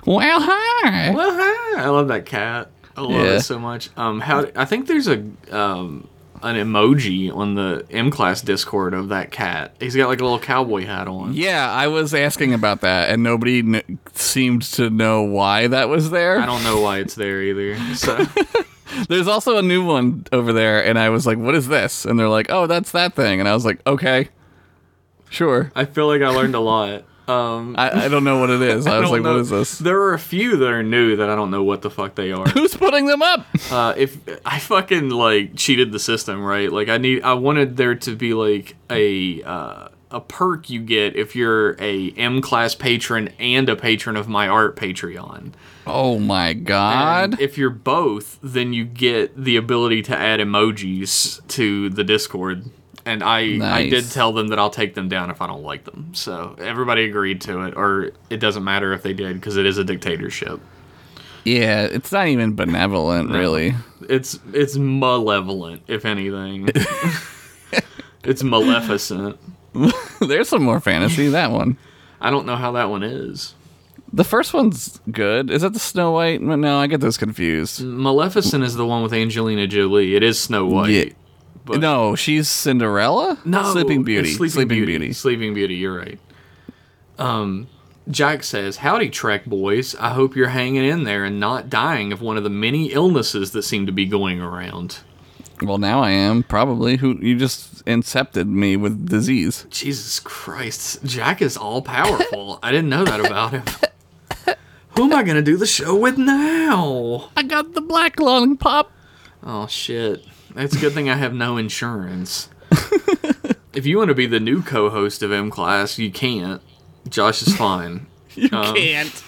Speaker 2: Well, hi.
Speaker 1: Well, hi. I love that cat. I love
Speaker 2: Yeah.
Speaker 1: it so much. Um, how I think there's a um an emoji on the M class Discord of that cat. He's got like a little cowboy hat on.
Speaker 2: Yeah, I was asking about that, and nobody kn- seemed to know why that was there.
Speaker 1: I don't know why it's there either. So
Speaker 2: There's also a new one over there, and I was like, "What is this?" And they're like, "Oh, that's that thing." And I was like, "Okay, sure."
Speaker 1: I feel like I learned a lot. Um,
Speaker 2: I, I don't know what it is. I, was
Speaker 1: don't
Speaker 2: like,
Speaker 1: know-
Speaker 2: "What is this?"
Speaker 1: There are a few that are new that I don't know what the fuck they are.
Speaker 2: Who's putting them up?
Speaker 1: uh, if I fucking like cheated the system, right? Like I need, I wanted there to be like a uh, a perk you get if you're a M class patron and a patron of my art Patreon.
Speaker 2: Oh my
Speaker 1: And
Speaker 2: god!
Speaker 1: if you're both, then you get the ability to add emojis to the Discord. And I, I
Speaker 2: Nice.
Speaker 1: did tell them that I'll take them down if I don't like them. So everybody agreed to it, or it doesn't matter if they did because it is a dictatorship.
Speaker 2: Yeah, it's not even benevolent, really.
Speaker 1: It's it's malevolent, if anything. it's maleficent.
Speaker 2: There's some more fantasy. That one.
Speaker 1: I don't know how that one is.
Speaker 2: The first one's good. Is that the Snow White? No, I get those confused.
Speaker 1: Maleficent is the one with Angelina Jolie. It is Snow White.
Speaker 2: Yeah.
Speaker 1: but-
Speaker 2: no, she's Cinderella.
Speaker 1: No,
Speaker 2: Sleeping
Speaker 1: it's
Speaker 2: Beauty.
Speaker 1: Sleeping, Beauty.
Speaker 2: Beauty.
Speaker 1: Sleeping Beauty. You're right. Um, Jack says, "Howdy, Trek boys. I hope you're hanging in there and not dying of one of the many illnesses that seem to be going around."
Speaker 2: Well, now I am probably. Who you just incepted me with disease?
Speaker 1: Jesus Christ, Jack is all powerful. I didn't know that about him. Who am I gonna do the show with now?
Speaker 2: I got the black lung pop.
Speaker 1: Oh shit. It's a good thing I have no insurance. if you want to be the new co-host of M Class, you can't. Josh is fine.
Speaker 2: You
Speaker 1: Uh,
Speaker 2: can't.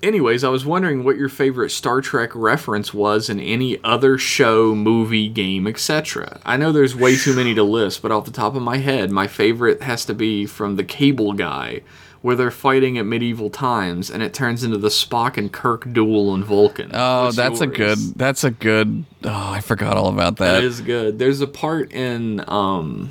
Speaker 1: Anyways, I was wondering what your favorite Star Trek reference was in any other show, movie, game, etc. I know there's way too many to list, but off the top of my head, my favorite has to be from The Cable Guy, where they're fighting at medieval times, and it turns into the Spock and Kirk duel on Vulcan.
Speaker 2: Oh,
Speaker 1: What's
Speaker 2: that's a
Speaker 1: yours?
Speaker 2: good. That's a good. Oh, I forgot all about that.
Speaker 1: That is good. There's a part in um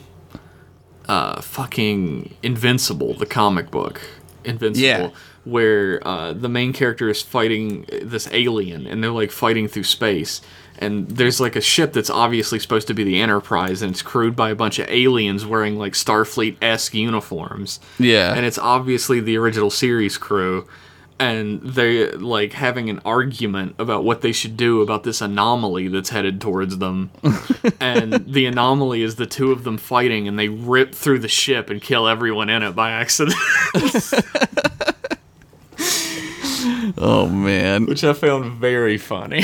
Speaker 1: uh fucking Invincible, the comic book. Invincible
Speaker 2: Yeah.
Speaker 1: where uh the main character is fighting this alien and they're like fighting through space and there's like a ship that's obviously supposed to be the Enterprise and it's crewed by a bunch of aliens wearing like Starfleet-esque uniforms
Speaker 2: yeah.
Speaker 1: and it's obviously the original series crew and they're like having an argument about what they should do about this anomaly that's headed towards them and the anomaly is the two of them fighting and they rip through the ship and kill everyone in it by accident
Speaker 2: oh man.
Speaker 1: which i found very funny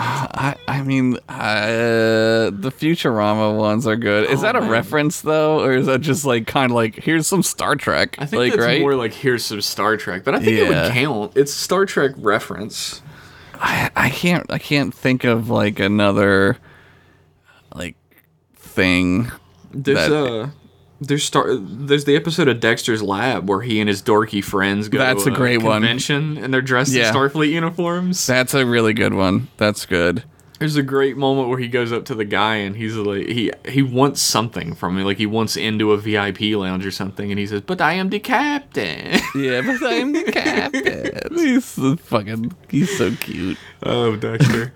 Speaker 2: I. I mean, uh, the Futurama ones are good. Is that a
Speaker 1: Oh, man.
Speaker 2: reference though, or is that just like kind of like here's some Star Trek?
Speaker 1: i think
Speaker 2: like
Speaker 1: that's
Speaker 2: right.
Speaker 1: more like here's some star trek but i think it would
Speaker 2: Yeah.
Speaker 1: count it's star trek reference
Speaker 2: I, I can't. I can't think of like another. Like, thing.
Speaker 1: there's
Speaker 2: That-
Speaker 1: uh there's star. There's the episode of Dexter's Lab where he and his dorky friends go.
Speaker 2: That's
Speaker 1: to
Speaker 2: a great one.
Speaker 1: convention, and they're dressed
Speaker 2: Yeah.
Speaker 1: in Starfleet uniforms.
Speaker 2: That's a really good one. That's good.
Speaker 1: There's a great moment where he goes up to the guy and he's like, he he wants something from me, like he wants into a VIP lounge or something, and he says, "But I am the captain."
Speaker 2: Yeah, but I'm the captain. He's so fucking. He's so cute.
Speaker 1: oh, Dexter.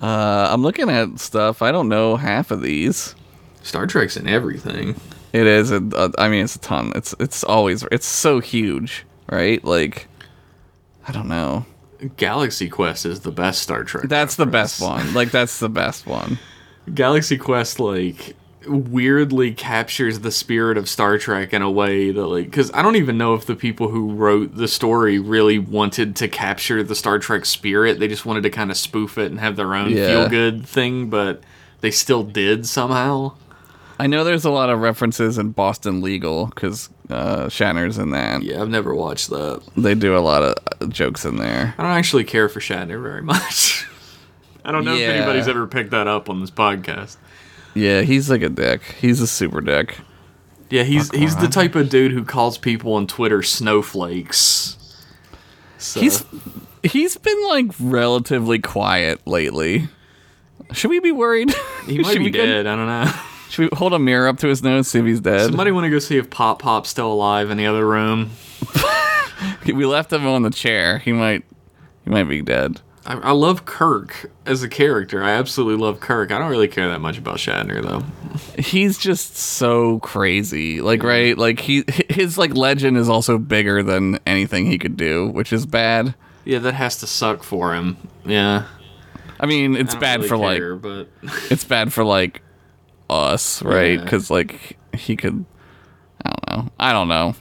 Speaker 2: Uh, I'm looking at stuff. I don't know half of these.
Speaker 1: Star Trek's in everything.
Speaker 2: It is. A, a, I mean, it's a ton. It's it's always. It's so huge, right? Like, I don't know.
Speaker 1: Galaxy Quest is the best Star Trek.
Speaker 2: That's the best one. Like, that's the best one.
Speaker 1: Galaxy Quest, like weirdly captures the spirit of Star Trek in a way that like cuz I don't even know if the people who wrote the story really wanted to capture the Star Trek spirit. They just wanted to kind of spoof it and have their own
Speaker 2: Yeah.
Speaker 1: feel good thing, but they still did somehow.
Speaker 2: I know there's a lot of references in Boston Legal because uh, Shatner's in that.
Speaker 1: Yeah, I've never watched that.
Speaker 2: They do a lot of uh, jokes in there.
Speaker 1: I don't actually care for Shatner very much. I don't know
Speaker 2: Yeah.
Speaker 1: if anybody's ever picked that up on this podcast.
Speaker 2: Yeah, he's like a dick. He's a super dick.
Speaker 1: Yeah, he's he's the type of dude who calls people on Twitter snowflakes. So,
Speaker 2: He's he's been like relatively quiet lately. Should we be worried?
Speaker 1: he might
Speaker 2: Should
Speaker 1: be
Speaker 2: we go-
Speaker 1: dead. I don't know.
Speaker 2: Should we hold a mirror up to his nose, see if he's dead?
Speaker 1: Somebody want to go see if Pop Pop's still alive in the other room.
Speaker 2: We left him on the chair. He might he might be dead.
Speaker 1: I, I love Kirk as a character. I absolutely love Kirk. I don't really care that much about Shatner though.
Speaker 2: He's just so crazy. Like right, like he his like legend is also bigger than anything he could do, which is bad.
Speaker 1: Yeah, that has to suck for him. Yeah,
Speaker 2: I mean, it's
Speaker 1: I don't
Speaker 2: bad
Speaker 1: really
Speaker 2: for
Speaker 1: care,
Speaker 2: like
Speaker 1: but
Speaker 2: it's bad for like us, right?
Speaker 1: Yeah.
Speaker 2: Cuz like he could I don't know. I don't know.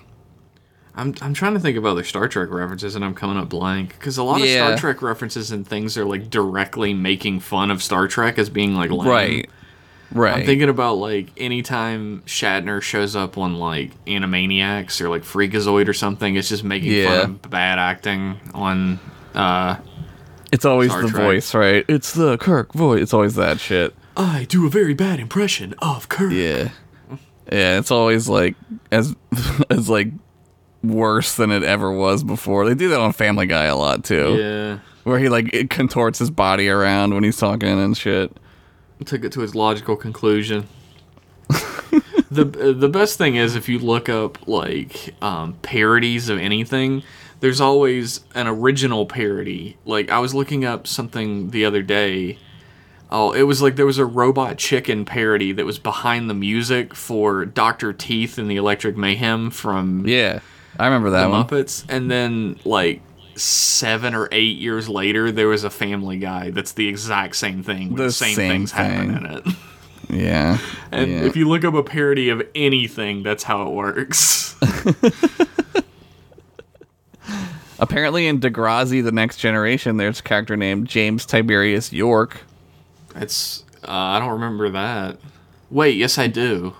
Speaker 1: I'm I'm trying to think of other Star Trek references, and I'm coming up blank because a lot
Speaker 2: Yeah.
Speaker 1: of Star Trek references and things are like directly making fun of Star Trek as being like lame.
Speaker 2: Right. Right.
Speaker 1: I'm thinking about like anytime Shatner shows up on like Animaniacs or like Freakazoid or something, it's just making
Speaker 2: Yeah.
Speaker 1: fun of bad acting on. Uh,
Speaker 2: it's always
Speaker 1: Star
Speaker 2: the
Speaker 1: Trek.
Speaker 2: voice, right? It's the Kirk voice. It's always that shit.
Speaker 1: I do a very bad impression of Kirk.
Speaker 2: Yeah. Yeah, it's always like as as like worse than it ever was before. They do that on Family Guy a lot too.
Speaker 1: Yeah.
Speaker 2: Where he like it contorts his body around when he's talking and shit.
Speaker 1: took it to its logical conclusion. the uh, the best thing is if you look up like um, parodies of anything, there's always an original parody. Like I was looking up something the other day. Oh, it was like there was a robot chicken parody that was behind the music for Doctor Teeth and the Electric Mayhem from
Speaker 2: Yeah. I remember that one.
Speaker 1: Muppets, and then like seven or eight years later, there was a Family Guy that's the exact same thing. With the,
Speaker 2: The
Speaker 1: same,
Speaker 2: same
Speaker 1: things happen
Speaker 2: thing.
Speaker 1: in it.
Speaker 2: Yeah.
Speaker 1: And
Speaker 2: yeah.
Speaker 1: if you look up a parody of anything, that's how it works.
Speaker 2: Apparently in Degrassi the Next Generation there's a character named James Tiberius York.
Speaker 1: it's uh, I don't remember that. Wait, yes I do.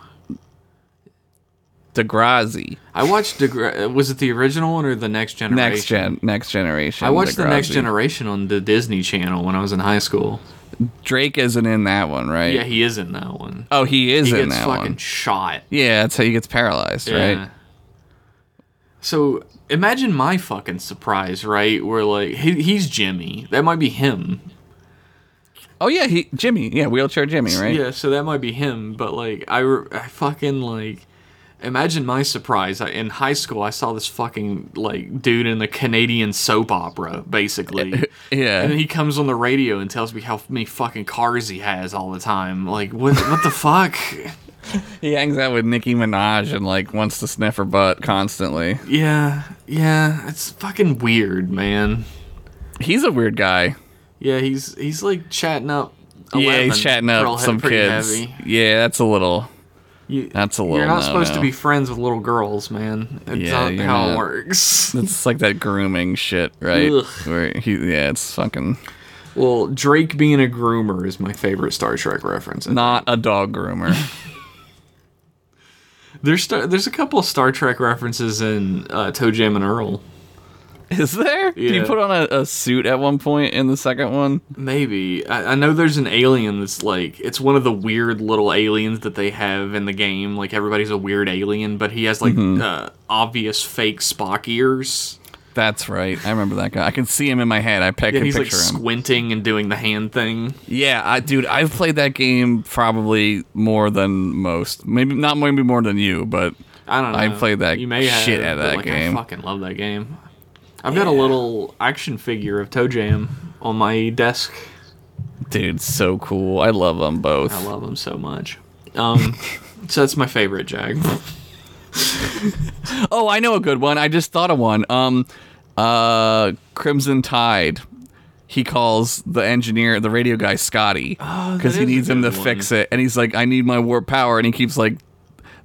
Speaker 2: Degrassi.
Speaker 1: I watched Degra- was it the original one or the next generation?
Speaker 2: Next gen next generation.
Speaker 1: I watched the next
Speaker 2: Degrassi.
Speaker 1: generation on the Disney Channel when I was in high school.
Speaker 2: Drake isn't in that one, right?
Speaker 1: Yeah, he is in that one.
Speaker 2: Oh, he is
Speaker 1: he
Speaker 2: in
Speaker 1: gets
Speaker 2: that
Speaker 1: fucking
Speaker 2: one.
Speaker 1: shot.
Speaker 2: Yeah, that's how he gets paralyzed,
Speaker 1: Yeah.
Speaker 2: right?
Speaker 1: So imagine my fucking surprise, right? Where like he, he's Jimmy. That might be him.
Speaker 2: Oh yeah, he Jimmy. Yeah, wheelchair Jimmy, right?
Speaker 1: Yeah, so that might be him, but like I, re- I fucking like imagine my surprise. I, in high school, I saw this fucking like dude in the Canadian soap opera basically.
Speaker 2: Yeah.
Speaker 1: And then he comes on the radio and tells me how many fucking cars he has all the time. Like what what the fuck?
Speaker 2: He hangs out with Nicki Minaj and like wants to sniff her butt constantly.
Speaker 1: Yeah. Yeah, it's fucking weird, man.
Speaker 2: He's a weird guy.
Speaker 1: Yeah, he's he's like chatting up 11,
Speaker 2: yeah, he's chatting
Speaker 1: Pearl
Speaker 2: up
Speaker 1: Head
Speaker 2: some
Speaker 1: pretty
Speaker 2: kids.
Speaker 1: heavy.
Speaker 2: Yeah, that's a little.
Speaker 1: You-
Speaker 2: That's a
Speaker 1: You're
Speaker 2: little
Speaker 1: not supposed to
Speaker 2: no-no.
Speaker 1: be friends with little girls, man. That's
Speaker 2: Yeah,
Speaker 1: not
Speaker 2: you're
Speaker 1: how it
Speaker 2: not.
Speaker 1: works.
Speaker 2: It's like that grooming shit, right?
Speaker 1: Ugh.
Speaker 2: Where he, yeah, it's fucking
Speaker 1: Well, Drake being a groomer is my favorite Star Trek reference.
Speaker 2: not a dog groomer.
Speaker 1: There's Star- there's a couple of Star Trek references in uh, Toe Jam and Earl.
Speaker 2: Is there? Did he
Speaker 1: Yeah.
Speaker 2: put on a, a suit at one point in the second one?
Speaker 1: Maybe I-, I know there's an alien that's like it's one of the weird little aliens that they have in the game. Like everybody's a weird alien, but he has like
Speaker 2: Mm-hmm.
Speaker 1: uh, obvious fake Spock ears.
Speaker 2: That's right. I remember that guy. I can see him in my head. I pe-
Speaker 1: Yeah,
Speaker 2: can
Speaker 1: he's
Speaker 2: picture
Speaker 1: like
Speaker 2: him.
Speaker 1: squinting and doing the hand thing.
Speaker 2: Yeah, I dude, I've played that game probably more than most. Maybe not maybe more than you, but
Speaker 1: I don't know.
Speaker 2: I played that shit out of
Speaker 1: but,
Speaker 2: that
Speaker 1: like,
Speaker 2: game.
Speaker 1: I fucking love that game. I've got a little action figure of Toe Jam on my desk.
Speaker 2: dude, so cool. I love them both.
Speaker 1: I love them so much. Um, so that's my favorite Jag.
Speaker 2: oh, I know a good one. I just thought of one. Um uh Crimson Tide. he calls the engineer, the radio guy, Scotty,
Speaker 1: Oh, that
Speaker 2: because he
Speaker 1: is a
Speaker 2: needs him to
Speaker 1: good one.
Speaker 2: fix it. And he's like, "I need my warp power," and he keeps like,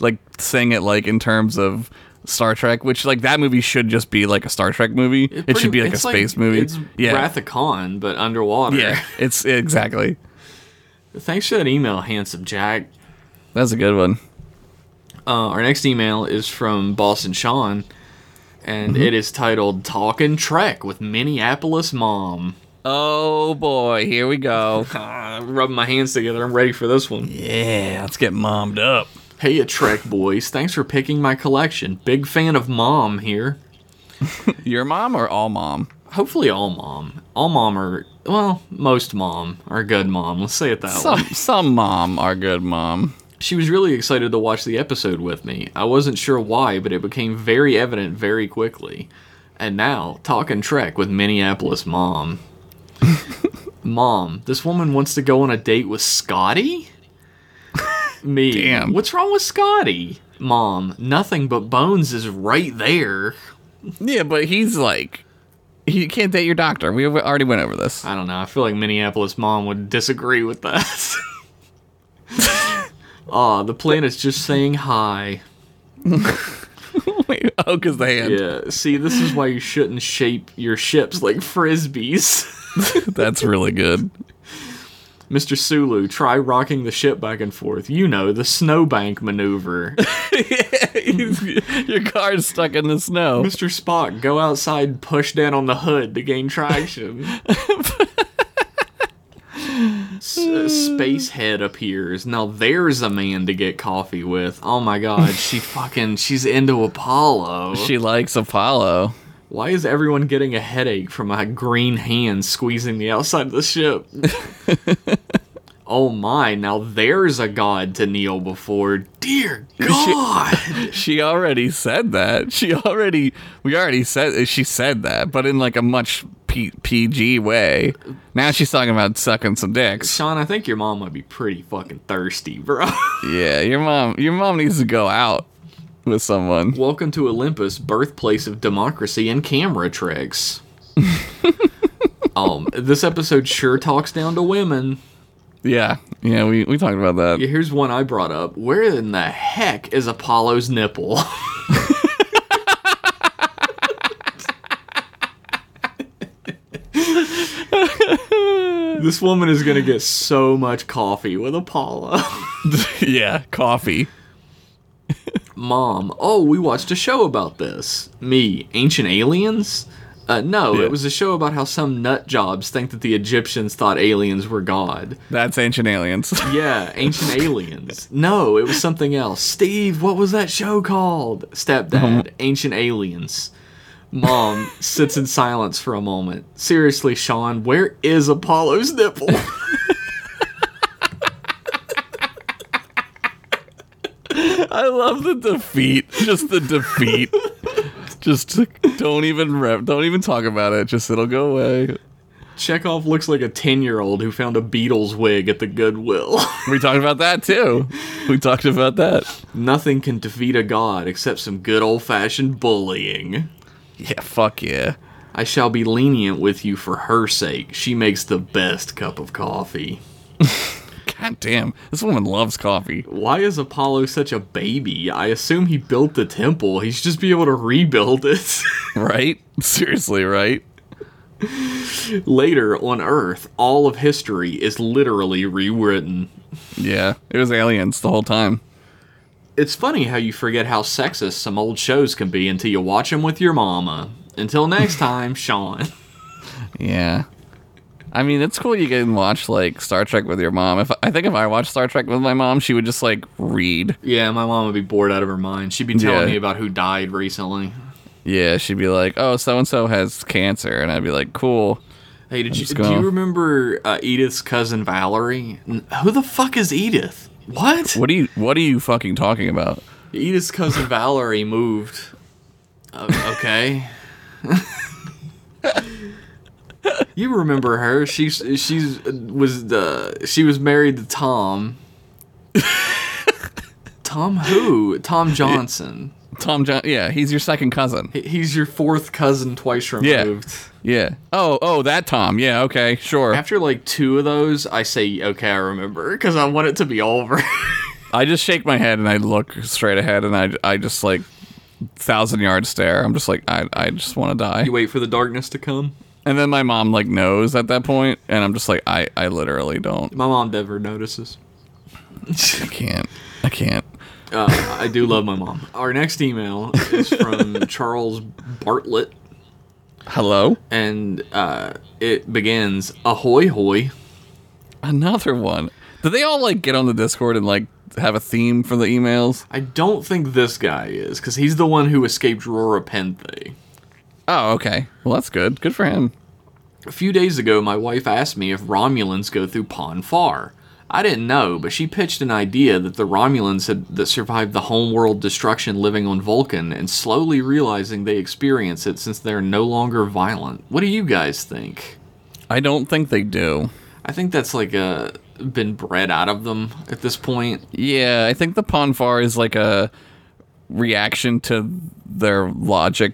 Speaker 2: like saying it like in terms of Star Trek, which like that movie should just be like a Star Trek movie. It,
Speaker 1: pretty-
Speaker 2: should be like a
Speaker 1: it's
Speaker 2: space movie.
Speaker 1: It's
Speaker 2: yeah,
Speaker 1: Wrath of Khan, but underwater.
Speaker 2: yeah, it's exactly.
Speaker 1: Thanks for that email, handsome Jack.
Speaker 2: That's a good one.
Speaker 1: Uh, our next email is from Boston Sean, and
Speaker 2: Mm-hmm.
Speaker 1: it is titled "Talking Trek with Minneapolis Mom."
Speaker 2: Oh boy, here we go.
Speaker 1: Ah, I'm rubbing my hands together. I'm ready for this one.
Speaker 2: Yeah, let's get mommed up.
Speaker 1: Hey, a Trek boys. Thanks for picking my collection. Big fan of Mom here.
Speaker 2: Your mom or all mom?
Speaker 1: Hopefully, all Mom. All Mom are, well, most Mom are good Mom. Let's say it that way.
Speaker 2: Some some mom are good mom.
Speaker 1: She was really excited to watch the episode with me. I wasn't sure why, but it became very evident very quickly. And now, talking Trek with Minneapolis Mom. Mom, this woman wants to go on a date with Scotty? Me.
Speaker 2: Damn.
Speaker 1: What's wrong with Scotty? Mom, nothing but Bones is right there.
Speaker 2: Yeah, but he's like, he can't date your doctor. We already went over this.
Speaker 1: I don't know. I feel like Minneapolis mom would disagree with that. Aw, the planet's just saying hi.
Speaker 2: Wait, oh, because the hand.
Speaker 1: Yeah, see, this is why you shouldn't shape your ships like frisbees.
Speaker 2: That's really good.
Speaker 1: Mr. Sulu, try rocking the ship back and forth. You know, the snowbank maneuver.
Speaker 2: your car's stuck in the snow.
Speaker 1: Mr. Spock, go outside, and push down on the hood to gain traction. S- uh, Spacehead appears. Now there's a man to get coffee with. Oh my god, she fucking she's into Apollo.
Speaker 2: She likes Apollo.
Speaker 1: Why is everyone getting a headache from a green hand squeezing the outside of the ship? oh my, now there's a god to kneel before. Dear God.
Speaker 2: She already said that. She already, we already said she said that, but in like a much P- PG way. Now she's talking about sucking some dicks.
Speaker 1: Sean, I think your mom might be pretty fucking thirsty, bro.
Speaker 2: Yeah, your mom, your mom needs to go out with someone.
Speaker 1: Welcome to Olympus, birthplace of democracy and camera tricks. um, this episode sure talks down to women.
Speaker 2: Yeah, yeah, we we talked about that.
Speaker 1: Yeah, Here's one I brought up. Where in the heck is Apollo's nipple? this woman is gonna get so much coffee with Apollo.
Speaker 2: yeah, coffee.
Speaker 1: Mom, oh, we watched a show about this. Me, Ancient Aliens? Uh, no,
Speaker 2: Yeah.
Speaker 1: it was a show about how some nut jobs think that the Egyptians thought aliens were God.
Speaker 2: That's ancient aliens.
Speaker 1: Yeah, Ancient Aliens. No, it was something else. Steve, what was that show called? Stepdad, Ancient Aliens. Mom sits in silence for a moment. Seriously, Sean, where is Apollo's nipple?
Speaker 2: I love the defeat. Just the defeat. Just don't even rep, don't even talk about it. Just it'll go away.
Speaker 1: Chekhov looks like a 10 year old who found a Beatles wig at the Goodwill.
Speaker 2: We talked about that too. We talked about that.
Speaker 1: Nothing can defeat a god except some good old fashioned bullying.
Speaker 2: Yeah, fuck yeah.
Speaker 1: I shall be lenient with you for her sake. She makes the best cup of coffee.
Speaker 2: God damn, this woman loves coffee.
Speaker 1: Why is Apollo such a baby? I assume he built the temple. He should just be able to rebuild it.
Speaker 2: Right? Seriously, right?
Speaker 1: Later on Earth, all of history is literally rewritten.
Speaker 2: Yeah, it was aliens the whole time.
Speaker 1: It's funny how you forget how sexist some old shows can be until you watch them with your mama. Until next time, Sean.
Speaker 2: Yeah. I mean, it's cool you can watch like Star Trek with your mom. If I think if I watched Star Trek with my mom, she would just like read.
Speaker 1: Yeah, my mom would be bored out of her mind. She'd be telling
Speaker 2: Yeah.
Speaker 1: me about who died recently.
Speaker 2: Yeah, she'd be like, "Oh, so and so has cancer," and I'd be like, "Cool."
Speaker 1: Hey, did you, do
Speaker 2: go.
Speaker 1: you remember uh, Edith's cousin Valerie? N- Who the fuck is Edith? What?
Speaker 2: What do you What are you fucking talking about?
Speaker 1: Edith's cousin Valerie moved. O- okay. you remember her? She's she's was the she was married to Tom. Tom who? Tom Johnson.
Speaker 2: Tom John. Yeah, he's your second cousin.
Speaker 1: He's your fourth cousin twice
Speaker 2: Yeah.
Speaker 1: removed.
Speaker 2: Yeah. Oh, oh, that Tom. Yeah. Okay. Sure.
Speaker 1: After like two of those, I say, okay, I remember, because I want it to be over.
Speaker 2: I just shake my head and I look straight ahead and I, I just like thousand yard stare. I'm just like I, I just want to die.
Speaker 1: you wait for the darkness to come.
Speaker 2: And then my mom like knows at that point, and I'm just like I, I literally don't.
Speaker 1: My mom never notices.
Speaker 2: I can't. I can't.
Speaker 1: Uh, I do love my mom. Our next email is from Charles Bartlett,
Speaker 2: Hello.
Speaker 1: and uh, it begins Ahoy hoy.
Speaker 2: Another one. Do they all like get on the Discord and like have a theme for the emails?
Speaker 1: I don't think this guy is, because he's the one who escaped Rora Penthe.
Speaker 2: Oh, okay. Well, that's good. Good for him.
Speaker 1: A few days ago, my wife asked me if Romulans go through Pon Far. I didn't know, but she pitched an idea that the Romulans had, that survived the homeworld destruction living on Vulcan and slowly realizing they experience it since they're no longer violent. What do you guys think?
Speaker 2: I don't think they do.
Speaker 1: I think that's like uh been bred out of them at this point.
Speaker 2: Yeah, I think the Ponfar is like a reaction to their logic,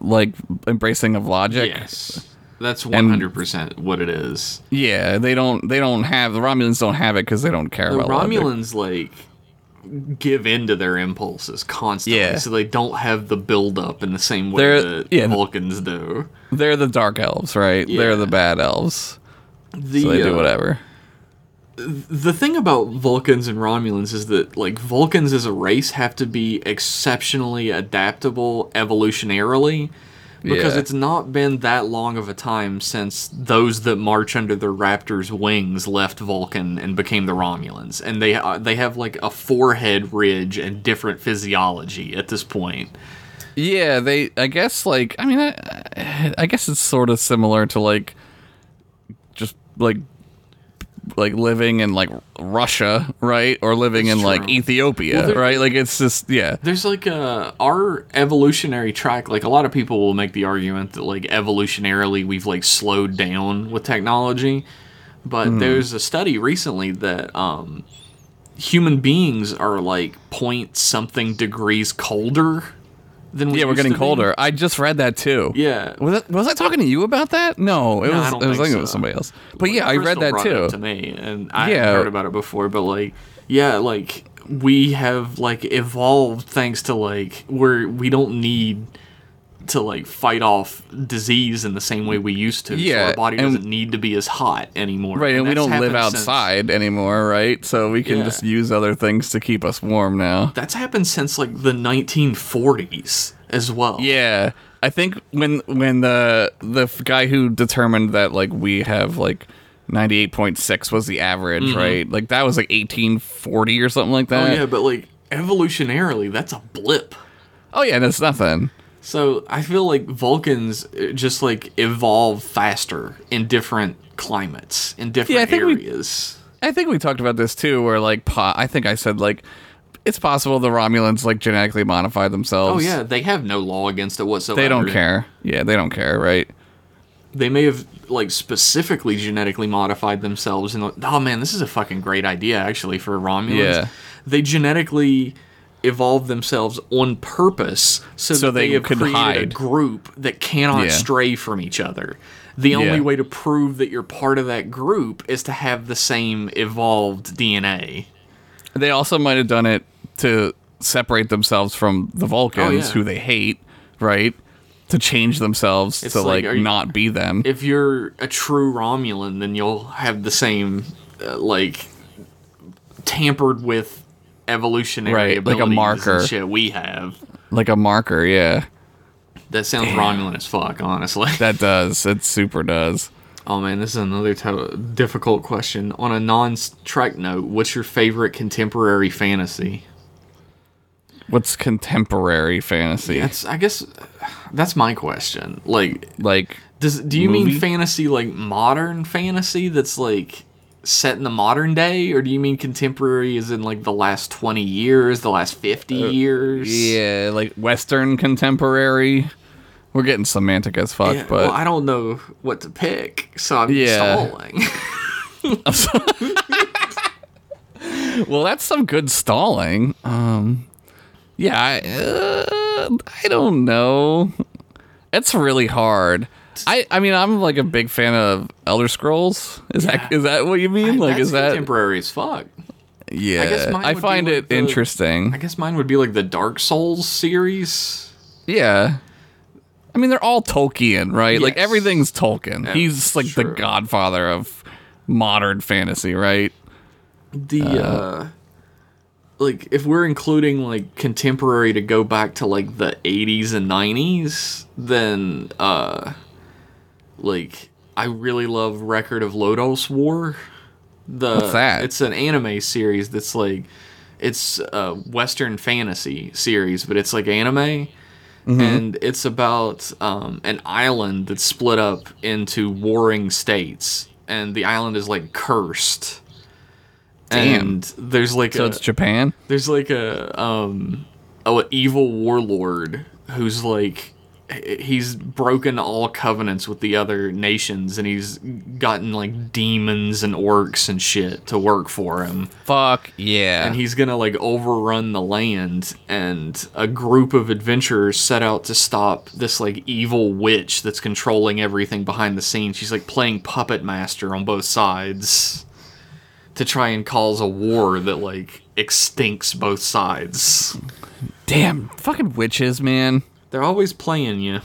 Speaker 2: like embracing of logic.
Speaker 1: Yes. That's 100% what it is.
Speaker 2: Yeah, they don't. They don't have the Romulans. Don't have it because they don't care
Speaker 1: The
Speaker 2: about logic.
Speaker 1: Romulans like give in to their impulses constantly,
Speaker 2: Yeah.
Speaker 1: so they don't have the build up in the same way
Speaker 2: They're-
Speaker 1: that
Speaker 2: yeah.
Speaker 1: Vulcans do.
Speaker 2: They're the dark elves, right?
Speaker 1: Yeah.
Speaker 2: They're the bad elves.
Speaker 1: The
Speaker 2: So they do
Speaker 1: uh,
Speaker 2: whatever.
Speaker 1: the thing about Vulcans and Romulans is that like Vulcans as a race have to be exceptionally adaptable evolutionarily because
Speaker 2: Yeah.
Speaker 1: it's not been that long of a time since those that march under the raptor's wings left Vulcan and became the Romulans and they uh, they have like a forehead ridge and different physiology at this point.
Speaker 2: Yeah, they. I guess like. I mean, I, I guess it's sort of similar to like, just like, like living in like Russia, right? Or living in like
Speaker 1: true.
Speaker 2: Ethiopia,
Speaker 1: there-
Speaker 2: right? Like it's just yeah.
Speaker 1: There's like a our evolutionary track. Like a lot of people will make the argument that like evolutionarily we've like slowed down with technology, but
Speaker 2: Hmm.
Speaker 1: there's a study recently that um, human beings are like point something degrees colder than we
Speaker 2: Yeah, we're
Speaker 1: used
Speaker 2: getting
Speaker 1: to be.
Speaker 2: colder. I just read that too.
Speaker 1: Yeah,
Speaker 2: Was, that, was I talking to you about that? No, it
Speaker 1: No, I
Speaker 2: was.
Speaker 1: don't
Speaker 2: it was
Speaker 1: think
Speaker 2: it was
Speaker 1: so.
Speaker 2: somebody else. But yeah, I read
Speaker 1: Crystal
Speaker 2: that
Speaker 1: brought it
Speaker 2: too.
Speaker 1: up to me, and I
Speaker 2: Yeah.
Speaker 1: hadn't heard about it before. But like, yeah, like we have like evolved thanks to like we're we don't need to like fight off disease in the same way we used to. so
Speaker 2: Yeah,
Speaker 1: our body
Speaker 2: and-
Speaker 1: doesn't need to be as hot anymore.
Speaker 2: Right, and, we
Speaker 1: that's
Speaker 2: don't live
Speaker 1: happened since-
Speaker 2: outside anymore, right? So we can
Speaker 1: Yeah.
Speaker 2: just use other things to keep us warm now.
Speaker 1: That's happened since like the 1940s as well.
Speaker 2: Yeah, I think when when the the f- guy who determined that like we have like ninety eight point six was the average, right? Like that was like eighteen forty or something like
Speaker 1: Mm-hmm. Oh,
Speaker 2: that.
Speaker 1: yeah, but like evolutionarily, that's a blip.
Speaker 2: Oh, yeah, that's nothing.
Speaker 1: So I feel like Vulcans uh, just like evolve faster in different climates, in different
Speaker 2: Yeah, I think we-
Speaker 1: areas.
Speaker 2: I think we talked about this too, where like po- I think I said like it's possible the Romulans like genetically
Speaker 1: oh
Speaker 2: modified themselves.
Speaker 1: yeah, they have no law against it whatsoever.
Speaker 2: they don't care. Yeah, they don't care, right?
Speaker 1: They may have like specifically genetically modified themselves, and oh man, this is a fucking great idea actually for Romulans.
Speaker 2: Yeah.
Speaker 1: They genetically evolved themselves on purpose so,
Speaker 2: So
Speaker 1: that they,
Speaker 2: they
Speaker 1: have
Speaker 2: could
Speaker 1: created a
Speaker 2: hide.
Speaker 1: group that cannot
Speaker 2: Yeah.
Speaker 1: stray from each other. The only way to prove that you're part of that group is to have the same evolved DNA.
Speaker 2: They also might have done it to separate themselves from the Vulcans,
Speaker 1: Oh, yeah.
Speaker 2: who they hate, right? To change themselves to
Speaker 1: like,
Speaker 2: like,
Speaker 1: are you-
Speaker 2: not be them.
Speaker 1: if you're a true Romulan, then you'll have the same, uh, like, tampered with evolutionary
Speaker 2: Right, like a
Speaker 1: abilities and
Speaker 2: marker.
Speaker 1: shit we have.
Speaker 2: like a marker, yeah.
Speaker 1: That sounds Romulan as fuck, honestly.
Speaker 2: That does. It super does.
Speaker 1: oh man, this is another to- difficult question. On a non-track note, what's your favorite contemporary fantasy?
Speaker 2: What's contemporary fantasy?
Speaker 1: That's, I guess, that's my question. Like,
Speaker 2: Like
Speaker 1: does do you mean
Speaker 2: Movie?
Speaker 1: fantasy like modern fantasy that's like set in the modern day, or do you mean contemporary as in like the last twenty years, the last fifty years?
Speaker 2: Uh, yeah, like Western contemporary. We're getting semantic as fuck,
Speaker 1: Yeah,
Speaker 2: but
Speaker 1: well, I don't know what to pick, so I'm
Speaker 2: Yeah.
Speaker 1: stalling.
Speaker 2: well, that's some good stalling. Um, Yeah, I, uh, I don't know. It's really hard. I, I mean I'm like a big fan of Elder Scrolls. Is that is that what you mean? Like
Speaker 1: That's
Speaker 2: is that
Speaker 1: contemporary as fuck?
Speaker 2: yeah? I,
Speaker 1: guess mine would be
Speaker 2: find
Speaker 1: like
Speaker 2: it
Speaker 1: the-
Speaker 2: interesting.
Speaker 1: I guess mine would be like the Dark Souls series.
Speaker 2: yeah. I mean they're all Tolkien, right? Like
Speaker 1: Yes.
Speaker 2: everything's Tolkien. He's like the
Speaker 1: sure.
Speaker 2: godfather of modern fantasy, right?
Speaker 1: The uh, like if we're including like contemporary to go back to like the 80s and 90s, then uh like I really love Record of Lodos War. The
Speaker 2: What's that?
Speaker 1: it's an anime series that's like it's a western fantasy series, but it's like anime.
Speaker 2: Mm-hmm.
Speaker 1: and it's about um, an island that's split up into warring states, and the island is like cursed.
Speaker 2: Damn.
Speaker 1: And there's like
Speaker 2: So
Speaker 1: a
Speaker 2: it's Japan.
Speaker 1: there's like a um a evil warlord who's like h- he's broken all covenants with the other nations and he's gotten like demons and orcs and shit to work for him
Speaker 2: Fuck yeah.
Speaker 1: and he's gonna like overrun the land and a group of adventurers set out to stop this like evil witch that's controlling everything behind the scenes she's like playing puppet master on both sides to try and cause a war that like extincts both sides
Speaker 2: Damn, fucking witches, man.
Speaker 1: they're always playing you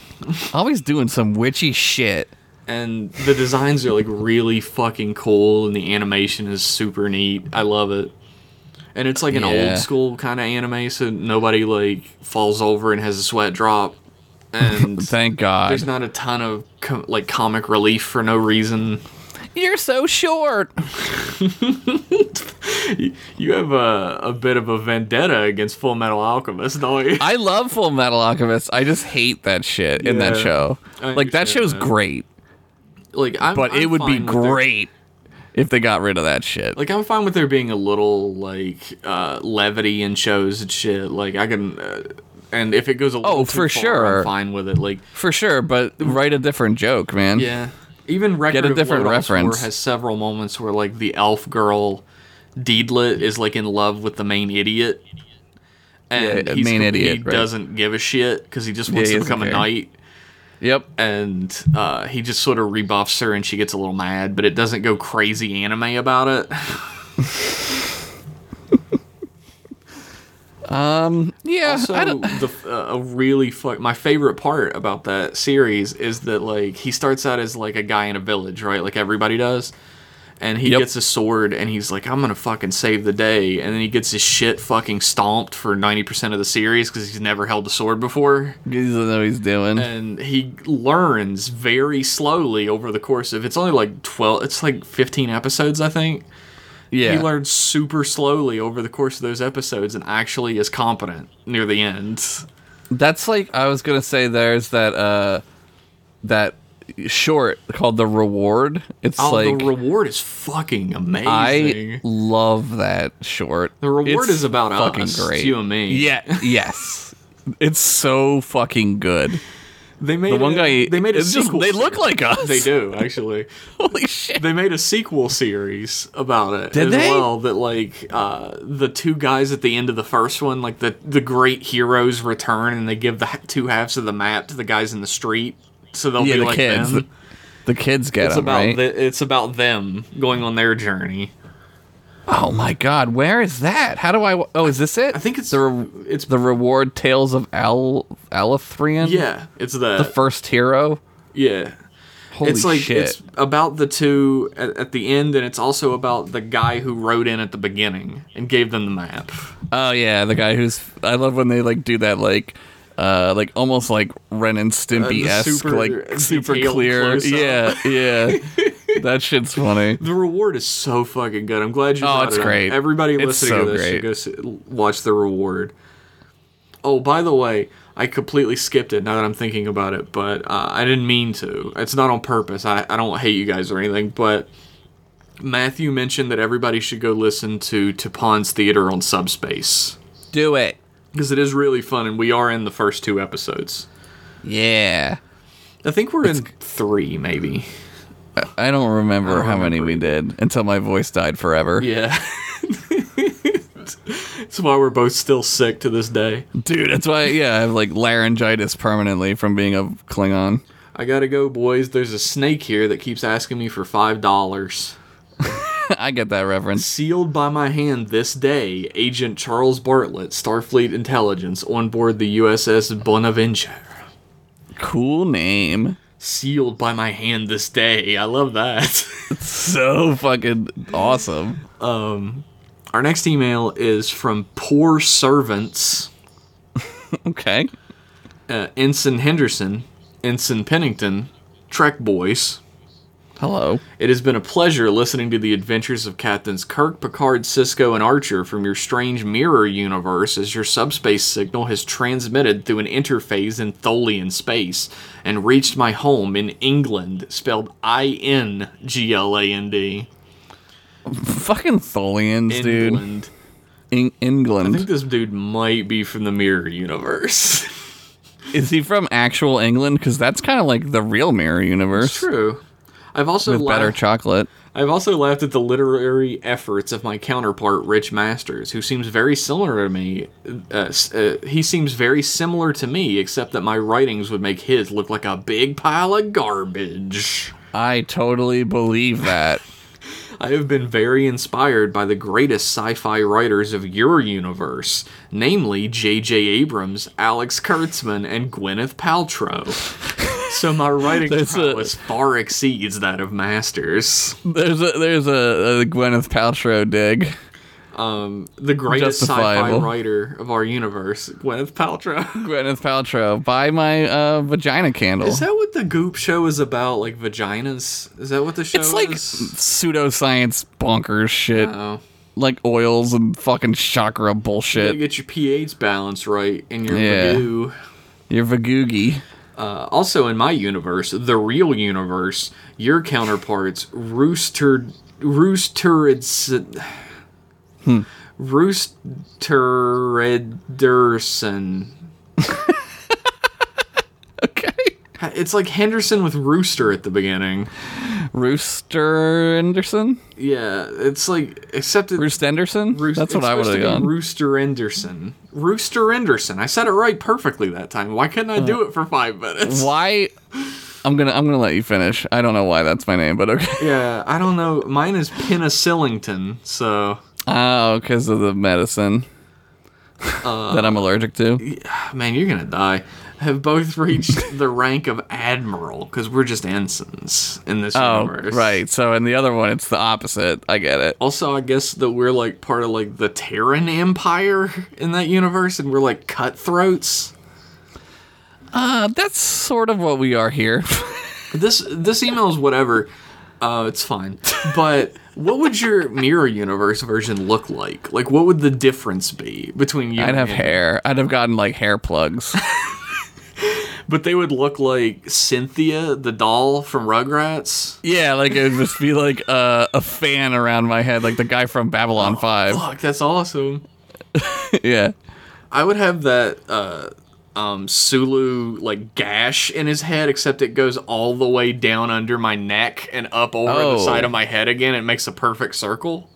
Speaker 2: Always doing some witchy shit.
Speaker 1: and the designs are like really fucking cool and the animation is super neat i love it and it's like an
Speaker 2: Yeah.
Speaker 1: old school kind of anime so nobody like falls over and has a sweat drop and
Speaker 2: Thank God.
Speaker 1: there's not a ton of com- like comic relief for no reason
Speaker 2: You're so short.
Speaker 1: you have a, a bit of a vendetta against full metal alchemist don't you
Speaker 2: I love Full Metal Alchemist. I just hate that shit in that
Speaker 1: Yeah.
Speaker 2: show.
Speaker 1: I
Speaker 2: Like that
Speaker 1: understand
Speaker 2: show's
Speaker 1: that.
Speaker 2: great,
Speaker 1: like I'm,
Speaker 2: but
Speaker 1: I'm
Speaker 2: it would be
Speaker 1: fine with their-
Speaker 2: great if they got rid of that shit.
Speaker 1: like I'm fine with there being a little like uh, levity in shows and shit. Like I can, uh, and if it goes a little
Speaker 2: Oh,
Speaker 1: too far,
Speaker 2: for sure.
Speaker 1: I'm fine with it. Like
Speaker 2: For sure, but write a different joke, man.
Speaker 1: yeah, even record
Speaker 2: a
Speaker 1: of
Speaker 2: different
Speaker 1: Lodoss
Speaker 2: reference.
Speaker 1: War has several moments where like the elf girl Deedlet is like in love with the main idiot, and
Speaker 2: Yeah,
Speaker 1: he's
Speaker 2: main
Speaker 1: com-
Speaker 2: idiot,
Speaker 1: he
Speaker 2: right.
Speaker 1: doesn't give a shit because he just wants
Speaker 2: he
Speaker 1: to
Speaker 2: doesn't
Speaker 1: become a
Speaker 2: care.
Speaker 1: knight.
Speaker 2: Yep.
Speaker 1: And uh, he just sort of rebuffs her, and she gets a little mad, but it doesn't go crazy anime about it.
Speaker 2: Yeah.
Speaker 1: also,
Speaker 2: I don't,
Speaker 1: the, uh, a really fuck. My favorite part about that series is that like he starts out as like a guy in a village, right? Like everybody does, and he
Speaker 2: Yep.
Speaker 1: gets a sword and he's like, "I'm gonna fucking save the day," and then he gets his shit fucking stomped for ninety percent of the series because he's never held a sword before,
Speaker 2: he doesn't know what he's doing.
Speaker 1: and he learns very slowly over the course of it's only like twelve, it's like fifteen episodes, I think.
Speaker 2: yeah.
Speaker 1: He learns super slowly over the course of those episodes and actually is competent near the end.
Speaker 2: That's like I was gonna say. There's that uh, that short called the reward. It's
Speaker 1: Oh,
Speaker 2: like
Speaker 1: the reward is fucking amazing.
Speaker 2: I love that short.
Speaker 1: the reward
Speaker 2: It's
Speaker 1: is about
Speaker 2: fucking
Speaker 1: us,
Speaker 2: great.
Speaker 1: you and me.
Speaker 2: Yeah. Yes. It's so fucking good.
Speaker 1: they made
Speaker 2: The one
Speaker 1: a-
Speaker 2: guy.
Speaker 1: They made a
Speaker 2: it's just-
Speaker 1: sequel.
Speaker 2: They look
Speaker 1: series.
Speaker 2: like us.
Speaker 1: They do actually.
Speaker 2: Holy shit.
Speaker 1: they made a sequel series about it
Speaker 2: Did
Speaker 1: as
Speaker 2: they?
Speaker 1: well. That like uh, the two guys at the end of the first one, like the the great heroes return, and they give the h- two halves of the map to the guys in the street, so they'll
Speaker 2: Yeah,
Speaker 1: be
Speaker 2: the
Speaker 1: like
Speaker 2: kids.
Speaker 1: them.
Speaker 2: The kids get
Speaker 1: It's
Speaker 2: them
Speaker 1: about
Speaker 2: right.
Speaker 1: the, it's about them going on their journey.
Speaker 2: oh my god, where is that? How do I? Oh, is this it?
Speaker 1: I think it's
Speaker 2: the re-
Speaker 1: it's
Speaker 2: the reward tales of Al Alithrian.
Speaker 1: yeah, it's that
Speaker 2: The first hero.
Speaker 1: yeah.
Speaker 2: Holy
Speaker 1: it's like
Speaker 2: shit.
Speaker 1: it's about the two at, at the end, and it's also about the guy who rode in at the beginning and gave them the map.
Speaker 2: Oh yeah, the guy who's I love when they like do that like uh like almost like Ren and Stimpy
Speaker 1: Uh, the
Speaker 2: esque
Speaker 1: super
Speaker 2: like super
Speaker 1: detailed
Speaker 2: clear.
Speaker 1: close-up.
Speaker 2: Yeah, yeah. that shit's funny.
Speaker 1: The reward is so fucking good. I'm glad you. brought
Speaker 2: Oh, it's
Speaker 1: it up.
Speaker 2: great.
Speaker 1: Everybody
Speaker 2: It's
Speaker 1: listening
Speaker 2: so
Speaker 1: to this
Speaker 2: great.
Speaker 1: should go see, watch the reward. Oh, by the way, I completely skipped it now that I'm thinking about it, but uh, I didn't mean to. It's not on purpose. I, I don't hate you guys or anything, but Matthew mentioned that everybody should go listen to Tapon's Theater on Subspace.
Speaker 2: Do it.
Speaker 1: because it is really fun, and we are in the first two episodes.
Speaker 2: Yeah.
Speaker 1: I think we're in three, maybe.
Speaker 2: I don't remember
Speaker 1: don't
Speaker 2: how many
Speaker 1: remember
Speaker 2: we did until my voice died forever.
Speaker 1: Yeah. That's why we're both still sick to this day.
Speaker 2: Dude, that's why, yeah, I have like laryngitis permanently from being a Klingon.
Speaker 1: I gotta go, boys. There's a snake here that keeps asking me for five dollars.
Speaker 2: I get that reference.
Speaker 1: Sealed by my hand this day, Agent Charles Bartlett, Starfleet Intelligence, on board the USS Bonaventure.
Speaker 2: Cool name.
Speaker 1: Sealed by my hand this day. I love that.
Speaker 2: So fucking awesome.
Speaker 1: Our next email is from Poor Servants,
Speaker 2: Okay.
Speaker 1: uh, Ensign Henderson, Ensign Pennington, Trek Boys.
Speaker 2: Hello.
Speaker 1: It has been a pleasure listening to the adventures of Captains Kirk, Picard, Cisco, and Archer from your strange mirror universe as your subspace signal has transmitted through an interphase in Tholian space and reached my home in England, spelled I N G L A N D.
Speaker 2: Fucking Tholians, dude.
Speaker 1: England.
Speaker 2: In-
Speaker 1: I think
Speaker 2: England.
Speaker 1: this dude might be from the mirror universe.
Speaker 2: Is he from actual England? Because that's kind of like the real Mirror universe.
Speaker 1: True. I've also
Speaker 2: With better
Speaker 1: laughed-
Speaker 2: chocolate.
Speaker 1: I've also laughed at the literary efforts of my counterpart, Rich Masters, who seems very similar to me. Uh, s- uh, he seems very similar to me, except that my writings would make his look like a big pile of garbage.
Speaker 2: I totally believe that.
Speaker 1: I have been very inspired by the greatest sci fi writers of your universe, namely J.J. Abrams, Alex Kurtzman, and Gwyneth Paltrow. So my writing
Speaker 2: There's a-
Speaker 1: prowess far exceeds that of Masters.
Speaker 2: There's a there's a, a Gwyneth Paltrow dig.
Speaker 1: the greatest sci-fi
Speaker 2: Justifiable.
Speaker 1: writer of our universe, Gwyneth Paltrow.
Speaker 2: Gwyneth Paltrow, buy my uh, vagina candle.
Speaker 1: Is that what the Goop show is about? Like vaginas? Is that what the show
Speaker 2: It's like
Speaker 1: is?
Speaker 2: pseudoscience bonkers shit,
Speaker 1: Oh,
Speaker 2: like oils and fucking chakra
Speaker 1: gotta
Speaker 2: bullshit.
Speaker 1: get your pH balance right in your
Speaker 2: Yeah.
Speaker 1: Badoo.
Speaker 2: You're Vagoogie.
Speaker 1: Uh, also, in my universe, the real universe, your counterparts, Rooster, Roosturids, hmm.
Speaker 2: Hmm.
Speaker 1: Roosteriderson.
Speaker 2: Okay.
Speaker 1: It's like Henderson with rooster at the beginning.
Speaker 2: Rooster Anderson.
Speaker 1: Yeah, it's like except it,
Speaker 2: Roost Anderson.
Speaker 1: Roos-
Speaker 2: That's what
Speaker 1: it's
Speaker 2: I would
Speaker 1: supposed
Speaker 2: have
Speaker 1: to be
Speaker 2: done.
Speaker 1: Rooster Anderson. Rooster Anderson. I said it right perfectly that time. Why couldn't I do it for five minutes?
Speaker 2: why? I'm gonna I'm gonna let you finish. I don't know why that's my name, but okay.
Speaker 1: Yeah, I don't know. Mine is Penicillington, so
Speaker 2: Oh, because of the medicine that I'm allergic to.
Speaker 1: man, you're gonna die. Have both reached the rank of admiral because we're just ensigns in this
Speaker 2: Oh,
Speaker 1: universe.
Speaker 2: right. So in the other one, it's the opposite. I get it.
Speaker 1: Also, I guess that we're like part of like the Terran Empire in that universe, and we're like cutthroats.
Speaker 2: Uh, that's sort of what we are here.
Speaker 1: This this email is whatever. Uh, it's fine. But what would your mirror universe version look like? Like, what would the difference be between you?
Speaker 2: I'd have
Speaker 1: and-
Speaker 2: hair. I'd have gotten like hair plugs.
Speaker 1: but they would look like Cynthia, the doll from Rugrats.
Speaker 2: yeah, like it would just be like a, a fan around my head, like the guy from Babylon Five.
Speaker 1: Fuck, that's awesome.
Speaker 2: yeah.
Speaker 1: I would have that uh, um, Sulu like gash in his head, except it goes all the way down under my neck and up over the
Speaker 2: Oh.
Speaker 1: side of my head again. It makes a perfect circle,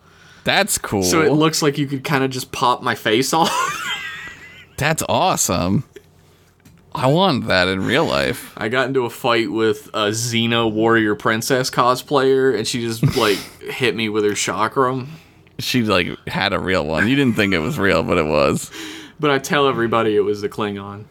Speaker 2: That's cool.
Speaker 1: so it looks like you could kind of just pop my face off.
Speaker 2: that's awesome. I want that in real life.
Speaker 1: I got into a fight with a Xena warrior princess cosplayer, and she just like hit me with her chakram.
Speaker 2: She like had a real one. You didn't think it was real, but it was.
Speaker 1: But I tell everybody it was the Klingon.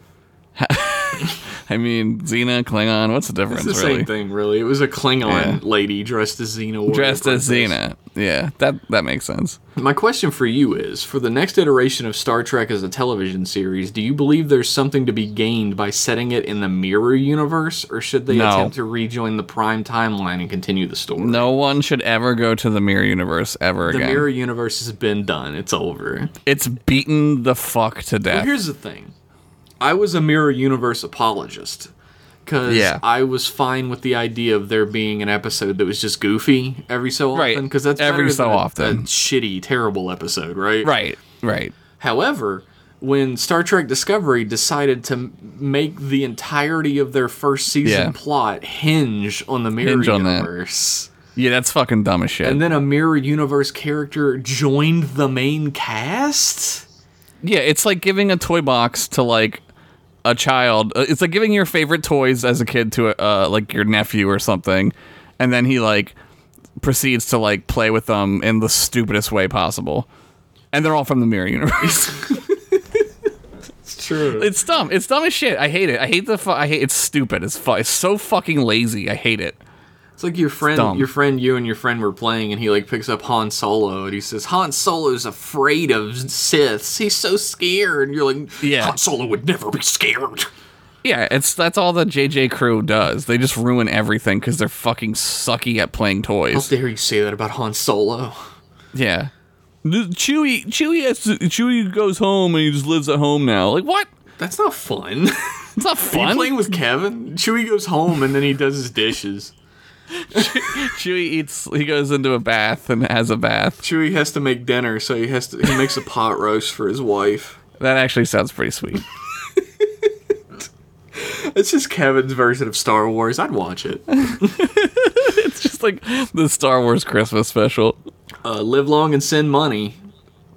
Speaker 2: I mean, Xena, Klingon, what's the difference
Speaker 1: It's the
Speaker 2: really?
Speaker 1: same thing, really. It was a Klingon
Speaker 2: Yeah.
Speaker 1: lady dressed as Xena. Warrior
Speaker 2: Dressed as
Speaker 1: princess.
Speaker 2: Xena. Yeah, that that makes sense.
Speaker 1: My question for you is for the next iteration of Star Trek as a television series, do you believe there's something to be gained by setting it in the mirror universe, or should they
Speaker 2: No.
Speaker 1: attempt to rejoin the prime timeline and continue the story?
Speaker 2: No one should ever go to the mirror universe ever
Speaker 1: The
Speaker 2: again.
Speaker 1: mirror universe has been done. It's over.
Speaker 2: It's beaten the fuck to
Speaker 1: But
Speaker 2: death.
Speaker 1: here's the thing I was a mirror universe apologist because
Speaker 2: Yeah.
Speaker 1: I was fine with the idea of there being an episode that was just goofy every so
Speaker 2: Right.
Speaker 1: often because that's
Speaker 2: Every
Speaker 1: better
Speaker 2: so
Speaker 1: than a-
Speaker 2: often.
Speaker 1: a shitty, terrible episode, right?
Speaker 2: Right, right.
Speaker 1: However, when Star Trek Discovery decided to m- make the entirety of their first season
Speaker 2: Yeah.
Speaker 1: plot hinge on the mirror
Speaker 2: Hinge on that.
Speaker 1: universe,
Speaker 2: Yeah, that's fucking dumb as shit.
Speaker 1: And then a mirror universe character joined the main cast?
Speaker 2: yeah, it's like giving a toy box to like a child. Uh, It's like giving your favorite toys as a kid to a, uh, like your nephew or something, and then he like proceeds to like play with them in the stupidest way possible. And they're all from the mirror universe.
Speaker 1: It's true.
Speaker 2: it's dumb. It's dumb as shit. I hate it. I hate the. Fu- I hate. It's stupid. It's fu- It's so fucking lazy. I hate it.
Speaker 1: It's like your friend,
Speaker 2: dumb.
Speaker 1: your friend, you and your friend were playing, and he like picks up Han Solo, and he says, "Han Solo's afraid of Siths. He's so scared." And you're like,
Speaker 2: Yeah.
Speaker 1: Han Solo would never be scared."
Speaker 2: Yeah, it's that's all the JJ crew does. They just ruin everything because they're fucking sucky at playing toys.
Speaker 1: How dare you say that about Han Solo?
Speaker 2: Yeah. Chewy Chewy has to, Chewy goes home and he just lives at home now. Like what?
Speaker 1: That's not fun.
Speaker 2: It's not
Speaker 1: Are you
Speaker 2: fun.
Speaker 1: playing with Kevin? Chewie goes home, and then he does his dishes.
Speaker 2: Chewy eats he goes into a bath and has a bath.
Speaker 1: Chewie has to make dinner, so he has to he makes a pot roast for his wife.
Speaker 2: That actually sounds pretty sweet.
Speaker 1: It's just Kevin's version of Star Wars. I'd watch it.
Speaker 2: it's just like the Star Wars Christmas special.
Speaker 1: Uh, live long and send money.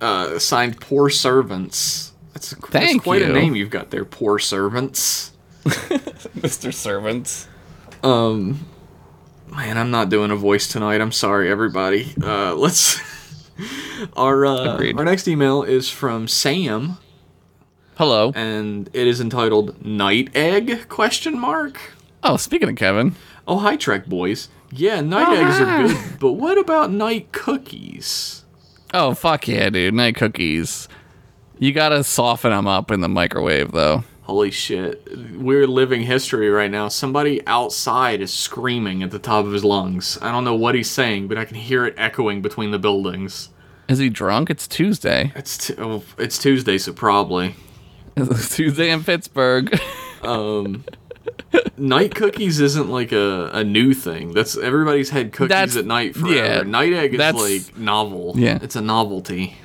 Speaker 1: Uh, signed poor servants. That's, that's
Speaker 2: Thank
Speaker 1: quite a
Speaker 2: you.
Speaker 1: name you've got there, poor servants.
Speaker 2: Mr. Servants.
Speaker 1: Man, I'm not doing a voice tonight. I'm sorry, everybody. Uh, let's. our uh,
Speaker 2: Agreed.
Speaker 1: our next email is from Sam,
Speaker 2: Hello.
Speaker 1: and it is entitled "Night Egg?" Question mark.
Speaker 2: Oh, speaking of Kevin.
Speaker 1: Oh, hi, Trek boys. Yeah,
Speaker 2: Oh,
Speaker 1: night eggs are good, but what about night cookies?
Speaker 2: Oh, fuck yeah, dude. Night cookies. You got to soften them up in the microwave though.
Speaker 1: Holy shit. We're living history right now. Somebody outside is screaming at the top of his lungs. I don't know what he's saying, but I can hear it echoing between the buildings.
Speaker 2: Is he drunk? It's Tuesday.
Speaker 1: It's t- oh, it's Tuesday, so probably.
Speaker 2: It's Tuesday in Pittsburgh.
Speaker 1: Night cookies isn't like a, a new thing. That's everybody's had cookies
Speaker 2: That's-
Speaker 1: at night forever.
Speaker 2: yeah,
Speaker 1: night egg is
Speaker 2: that's-
Speaker 1: like novel.
Speaker 2: Yeah.
Speaker 1: It's a novelty.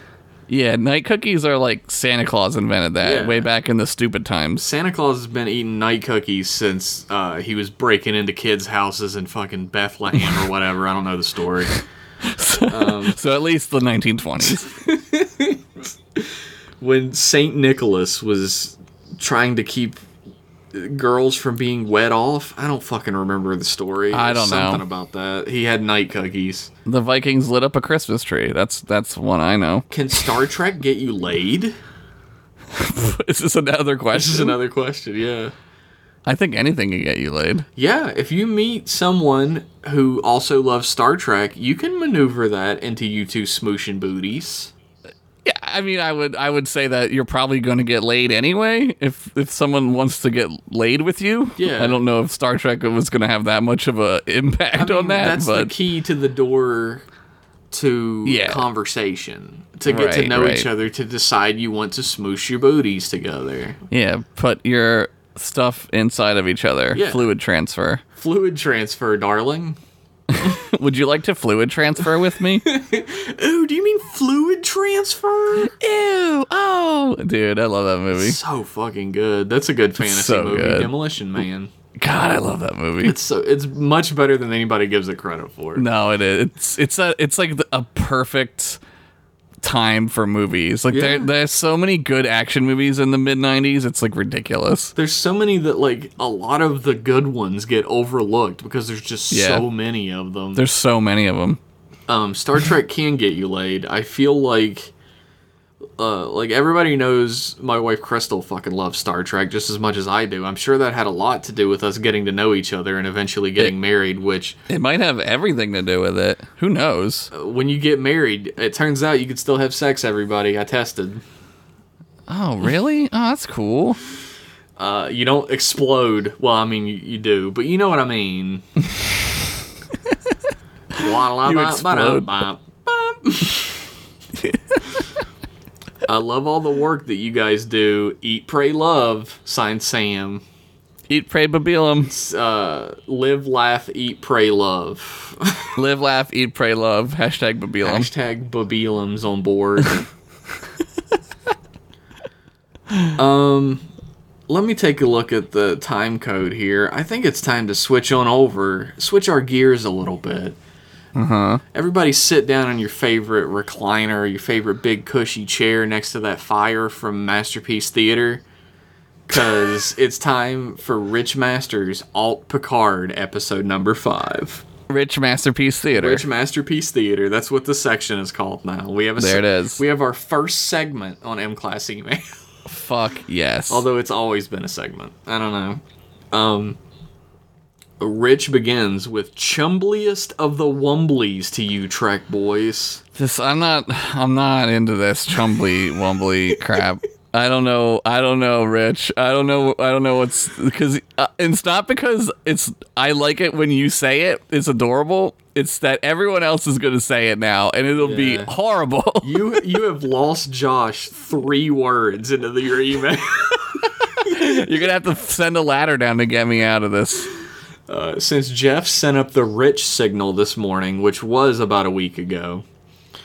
Speaker 2: Yeah, night cookies are like Santa Claus invented that
Speaker 1: Yeah.
Speaker 2: way back in the stupid times.
Speaker 1: Santa Claus has been eating night cookies since uh, he was breaking into kids' houses in fucking Bethlehem or whatever. I don't know the story.
Speaker 2: So at least the 1920s.
Speaker 1: when Saint Nicholas was trying to keep girls from being wet off. I don't fucking remember the story.
Speaker 2: I don't know.
Speaker 1: something about that. He had night cookies.
Speaker 2: the Vikings lit up a Christmas tree. That's that's one I know.
Speaker 1: Can Star Trek get you laid?
Speaker 2: Is this another
Speaker 1: This is
Speaker 2: question?
Speaker 1: another question. Yeah.
Speaker 2: I think anything can get you laid.
Speaker 1: Yeah, if you meet someone who also loves Star Trek, you can maneuver that into you two smooshing booties.
Speaker 2: Yeah, I mean, I would I would say that you're probably going to get laid anyway if if someone wants to get laid with you.
Speaker 1: Yeah.
Speaker 2: I don't know if Star Trek was going to have that much of a impact
Speaker 1: I mean,
Speaker 2: on that,
Speaker 1: That's
Speaker 2: but
Speaker 1: the key to the door to
Speaker 2: Yeah.
Speaker 1: conversation. To get to
Speaker 2: Right,
Speaker 1: know
Speaker 2: right.
Speaker 1: each other, to decide you want to smoosh your booties together.
Speaker 2: yeah, put your stuff inside of each other.
Speaker 1: Yeah.
Speaker 2: Fluid transfer.
Speaker 1: Fluid transfer, darling.
Speaker 2: Would you like to fluid transfer with me?
Speaker 1: Oh, do you mean fluid transfer?
Speaker 2: Ew! Oh, dude, I love that movie.
Speaker 1: so fucking good. That's a good fantasy
Speaker 2: So
Speaker 1: movie.
Speaker 2: good.
Speaker 1: Demolition Man.
Speaker 2: God, I love that movie.
Speaker 1: It's so it's much better than anybody gives it credit for.
Speaker 2: No, it is. It's it's a it's like the, a perfect time for movies. Like there
Speaker 1: Yeah.
Speaker 2: there's so many good action movies in the mid '90s. It's like ridiculous.
Speaker 1: There's so many that like a lot of the good ones get overlooked because there's just
Speaker 2: Yeah.
Speaker 1: so many of them.
Speaker 2: There's so many of them.
Speaker 1: um, Star Trek can get you laid. I feel like, uh, like everybody knows, my wife Crystal fucking loves Star Trek just as much as I do. I'm sure that had a lot to do with us getting to know each other and eventually getting married. Which,
Speaker 2: It might have everything to do with it. Who knows?
Speaker 1: uh, when you get married, it turns out you can still have sex. Everybody, I tested.
Speaker 2: Oh, really? Oh, that's cool.
Speaker 1: Uh, you don't explode. Well, I mean, you, you do, but you know what I mean. Wa-la-ba-ba-da-ba. I love all the work that you guys do. Eat, pray, love. Signed, Sam.
Speaker 2: Eat, pray, babilum.
Speaker 1: It's, Uh, live, laugh, eat, pray, love.
Speaker 2: Live, laugh, eat, pray, love. Hashtag babilum.
Speaker 1: Hashtag Babilum's on board. um, let me take a look at the time code here. I think it's time to switch on over, switch our gears a little bit, Everybody sit down in your favorite recliner, your favorite big cushy chair next to that fire from Masterpiece Theater. Cause it's time for Rich Masters Alt Picard episode number five.
Speaker 2: Rich Masterpiece Theater.
Speaker 1: Rich Masterpiece Theater. That's what the section is called now. We have a
Speaker 2: There it is.
Speaker 1: We have our first segment on M Class Email.
Speaker 2: Fuck yes.
Speaker 1: Although it's always been a segment. I don't know. Um, Rich begins with chumbliest of the Wumblies to you, Trek boys.
Speaker 2: this I'm not I'm not into this chumbly wumbly crap. I don't know. I don't know, Rich. I don't know. I don't know what's because uh, it's not because it's. I like it when you say it. It's adorable. It's that everyone else is going to say it now, and it'll
Speaker 1: Yeah.
Speaker 2: be horrible.
Speaker 1: You you have lost Josh three words into the, your email.
Speaker 2: You're gonna have to send a ladder down to get me out of this.
Speaker 1: Uh, since Jeff sent up the Rich signal this morning, which was about a week ago,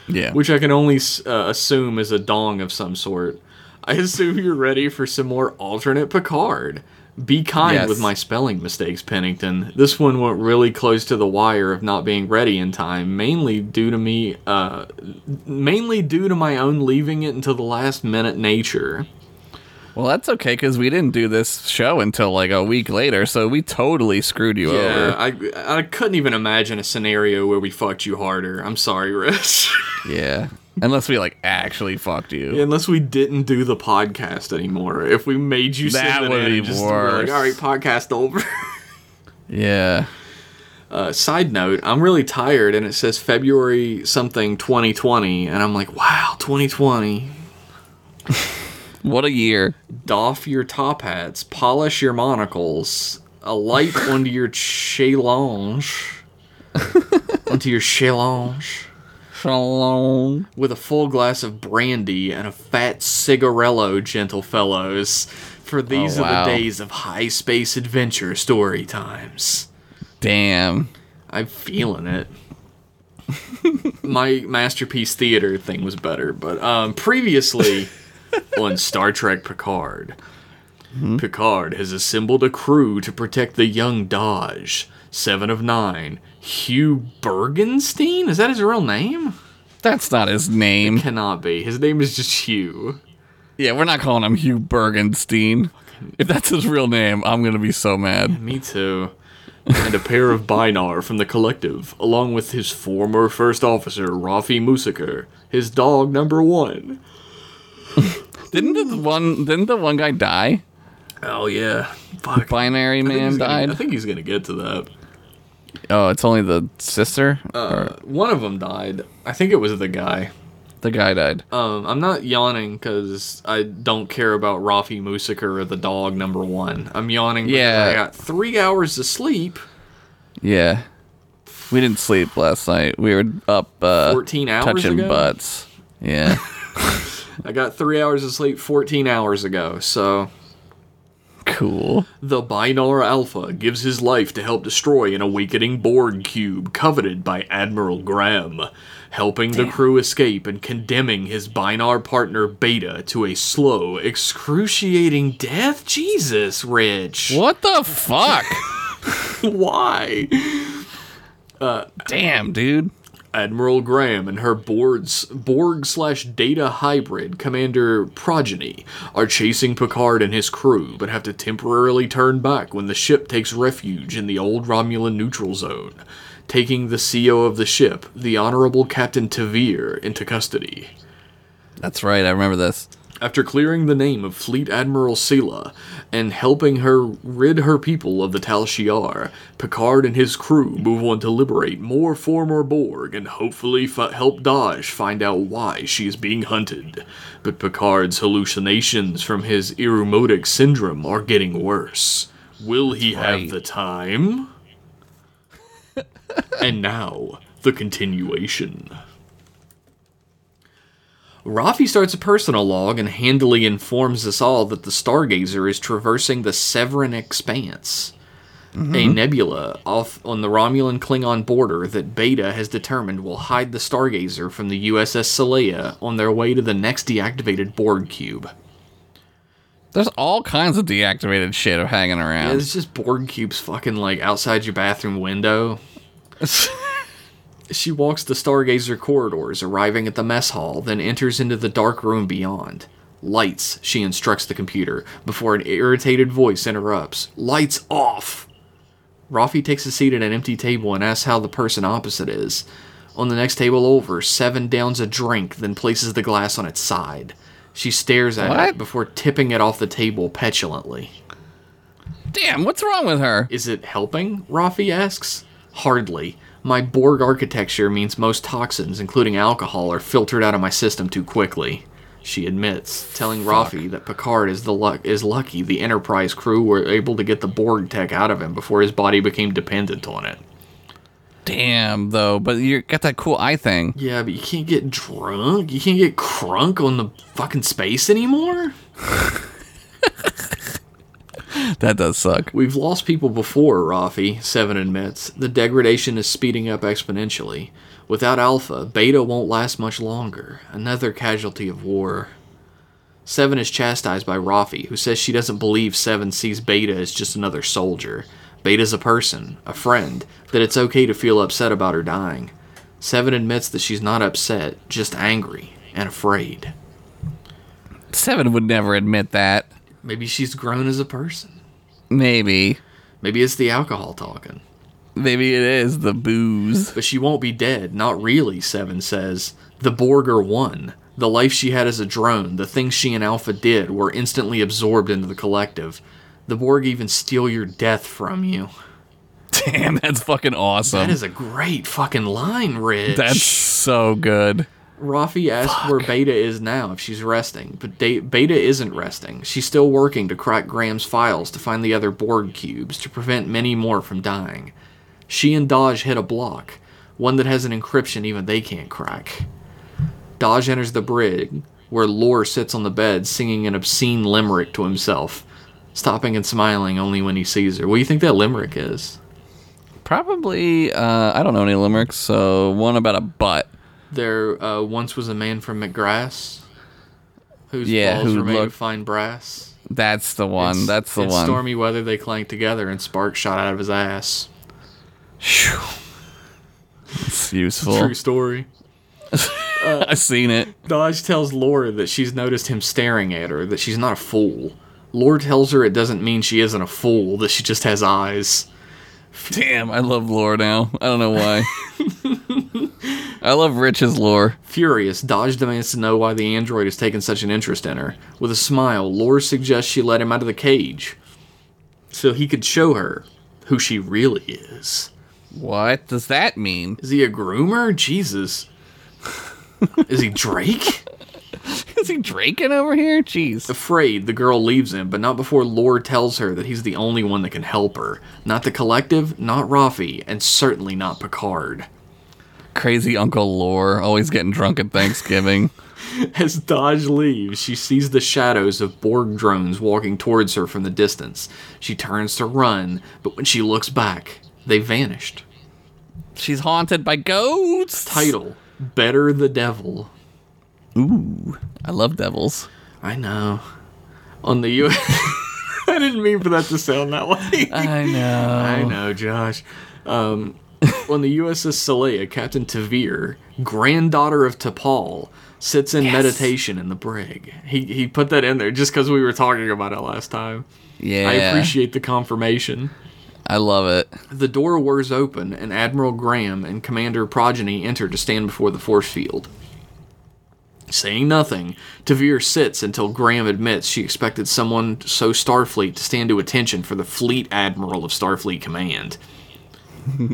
Speaker 2: Yeah.
Speaker 1: which I can only s- uh, assume is a dong of some sort. I assume you're ready for some more alternate Picard. Be kind
Speaker 2: Yes.
Speaker 1: with my spelling mistakes, Pennington. This one went really close to the wire of not being ready in time, mainly due to me, uh, mainly due to my own leaving it until the last minute nature.
Speaker 2: Well, that's okay because we didn't do this show until like a week later, so we totally screwed you
Speaker 1: Yeah,
Speaker 2: over.
Speaker 1: I I couldn't even imagine a scenario where we fucked you harder. I'm sorry, Rich.
Speaker 2: Yeah. Unless we like actually fucked you.
Speaker 1: Unless we didn't do the podcast anymore. If we made you
Speaker 2: That
Speaker 1: send it
Speaker 2: would
Speaker 1: in
Speaker 2: be
Speaker 1: and just were like,
Speaker 2: worse.
Speaker 1: all right, podcast over.
Speaker 2: yeah.
Speaker 1: Uh, side note, I'm really tired and it says February something 2020 and I'm like, wow, 2020.
Speaker 2: What a year.
Speaker 1: Doff your top hats, polish your monocles, alight onto your challenge, onto your challenge.
Speaker 2: Shalom.
Speaker 1: with a full glass of brandy and a fat cigarello, gentle fellows, for these
Speaker 2: Oh, wow.
Speaker 1: are the days of high space adventure story times.
Speaker 2: Damn.
Speaker 1: I'm feeling it. My masterpiece theater thing was better, but um, previously on Star Trek Picard,
Speaker 2: Hmm?
Speaker 1: Picard has assembled a crew to protect the young Dodge, Seven of Nine. Hugh Bergenstein? Is that his real name?
Speaker 2: That's not his name.
Speaker 1: Cannot be. His name is just Hugh.
Speaker 2: Yeah, we're not calling him Hugh Bergenstein. If that's his real name, I'm gonna be so mad.
Speaker 1: Me too. and a pair of Binar from the collective, along with his former first officer, Rafi Musiker, his dog number one.
Speaker 2: Didn't the one didn't the one guy die?
Speaker 1: Oh yeah. Fuck.
Speaker 2: Binary
Speaker 1: I think he's
Speaker 2: man
Speaker 1: gonna- I
Speaker 2: died.
Speaker 1: think he's gonna get to that.
Speaker 2: Oh, it's only the sister?
Speaker 1: Uh.
Speaker 2: or
Speaker 1: One of them died. I think it was the guy.
Speaker 2: the guy died.
Speaker 1: Um, I'm not yawning because I don't care about Rafi Musiker or the dog number one. I'm yawning because
Speaker 2: Yeah.
Speaker 1: I got three hours of sleep.
Speaker 2: Yeah. We didn't sleep last night. We were up uh
Speaker 1: 14 hours
Speaker 2: touching
Speaker 1: ago?
Speaker 2: butts. Yeah.
Speaker 1: I got three hours of sleep 14 hours ago, so
Speaker 2: cool.
Speaker 1: The Binar Alpha gives his life to help destroy an awakening Borg cube coveted by Admiral Graham, helping the crew escape and condemning his Binar partner Beta to a slow, excruciating death? Jesus, Rich.
Speaker 2: What the fuck?
Speaker 1: Why?
Speaker 2: Damn, dude.
Speaker 1: Admiral Graham and her Borg's, Borg slash Data hybrid, Commander Progeny, are chasing Picard and his crew, but have to temporarily turn back when the ship takes refuge in the old Romulan neutral zone, taking the CO of the ship, the Honorable Captain Tavir, into custody.
Speaker 2: That's right. I remember this.
Speaker 1: After clearing the name of Fleet Admiral Sela and helping her rid her people of the Tal Shiar, Picard and his crew move on to liberate more former Borg and hopefully f- help Dodge find out why she is being hunted. But Picard's hallucinations from his Irumotic syndrome are getting worse. Will he have
Speaker 2: right.
Speaker 1: the time? and now, the continuation. Rafi starts a personal log and handily informs us all that the Stargazer is traversing the Severan Expanse, a nebula off on the Romulan Klingon border that Beta has determined will hide the Stargazer from the USS Celea on their way to the next deactivated Borg cube.
Speaker 2: There's all kinds of deactivated shit hanging
Speaker 1: Yeah,
Speaker 2: around.
Speaker 1: it's just Borg cubes fucking like outside your bathroom window. She walks the Stargazer corridors, arriving at the mess hall, then enters into the dark room beyond. Lights, she instructs the computer, before an irritated voice interrupts. Lights off! Rafi takes a seat at an empty table and asks how the person opposite is. On the next table over, Seven downs a drink, then places the glass on its side. She stares at it
Speaker 2: What?
Speaker 1: before tipping it off the table petulantly.
Speaker 2: Damn, what's wrong with her?
Speaker 1: Is it helping? Rafi asks. Hardly. My Borg architecture means most toxins, including alcohol, are filtered out of my system too quickly. She admits, telling Rafi that Picard is the luck is lucky the Enterprise crew were able to get the Borg tech out of him before his body became dependent on it.
Speaker 2: Damn, though, but you got that cool eye thing.
Speaker 1: Yeah, but you can't get drunk. You can't get crunk on the fucking space anymore.
Speaker 2: That does suck.
Speaker 1: We've lost people before, Rafi, Seven admits. The degradation is speeding up exponentially. Without Alpha, Beta won't last much longer. Another casualty of war. Seven is chastised by Rafi, who says she doesn't believe Seven sees Beta as just another soldier. Beta's a person, a friend, that it's okay to feel upset about her dying. Seven admits that she's not upset, just angry and afraid.
Speaker 2: Seven would never admit that.
Speaker 1: Maybe she's grown as a person.
Speaker 2: Maybe.
Speaker 1: Maybe it's the alcohol talking.
Speaker 2: Maybe it is the booze.
Speaker 1: But she won't be dead, not really, Seven says. The Borger won. The life she had as a drone, the things she and Alpha did, were instantly absorbed into the collective. The Borg even steal your death from you.
Speaker 2: Damn, that's fucking awesome.
Speaker 1: That is a great fucking line, Rich.
Speaker 2: That's so good.
Speaker 1: Rafi asks where Beta is now if she's resting, but da- Beta isn't resting. She's still working to crack Graham's files to find the other Borg cubes to prevent many more from dying. She and Dodge hit a block, one that has an encryption even they can't crack. Dodge enters the brig, where Lore sits on the bed singing an obscene limerick to himself, stopping and smiling only when he sees her. What do you think that limerick is?
Speaker 2: Probably, uh, I don't know any limericks, so one about a butt.
Speaker 1: There uh, once was a man from McGrass whose
Speaker 2: Yeah,
Speaker 1: balls
Speaker 2: who
Speaker 1: were made of
Speaker 2: looked-
Speaker 1: fine brass.
Speaker 2: That's the one.
Speaker 1: In-
Speaker 2: that's the
Speaker 1: in
Speaker 2: one.
Speaker 1: stormy weather, they clanked together and sparks shot out of his ass.
Speaker 2: Phew. It's
Speaker 1: True
Speaker 2: useful.
Speaker 1: story.
Speaker 2: I've seen it.
Speaker 1: Dodge tells Laura that she's noticed him staring at her, that she's not a fool. Laura tells her it doesn't mean she isn't a fool, that she just has eyes.
Speaker 2: Damn, I love lore now. I don't know why. I love Rich's lore.
Speaker 1: Furious, Dodge demands to know why the android has taken such an interest in her. With a smile, Laura suggests she let him out of the cage so he could show her who she really is.
Speaker 2: What does that mean?
Speaker 1: Is he a groomer? Jesus. is he Drake?
Speaker 2: Is he drinking over here? Jeez.
Speaker 1: Afraid, the girl leaves him, but not before Lore tells her that he's the only one that can help her. Not the collective, not Rafi, and certainly not Picard.
Speaker 2: Crazy Uncle Lore, always getting drunk at Thanksgiving.
Speaker 1: As Dodge leaves, she sees the shadows of Borg drones walking towards her from the distance. She turns to run, but when she looks back, they vanished.
Speaker 2: She's haunted by ghosts.
Speaker 1: Title Better the Devil.
Speaker 2: Ooh, I love devils.
Speaker 1: I know. On the U. I didn't mean for that to sound that way.
Speaker 2: I know.
Speaker 1: I know, Josh. Um, on the USS Celea, Captain Tavir, granddaughter of T'Pol, sits in meditation in the brig. He he put that in there just because we were talking about it last time.
Speaker 2: Yeah,
Speaker 1: I appreciate the confirmation.
Speaker 2: I love it.
Speaker 1: The door whirs open, and Admiral Graham and Commander Progeny enter to stand before the force field. Saying nothing, Tavir sits until Graham admits she expected someone so Starfleet to stand to attention for the Fleet Admiral of Starfleet Command.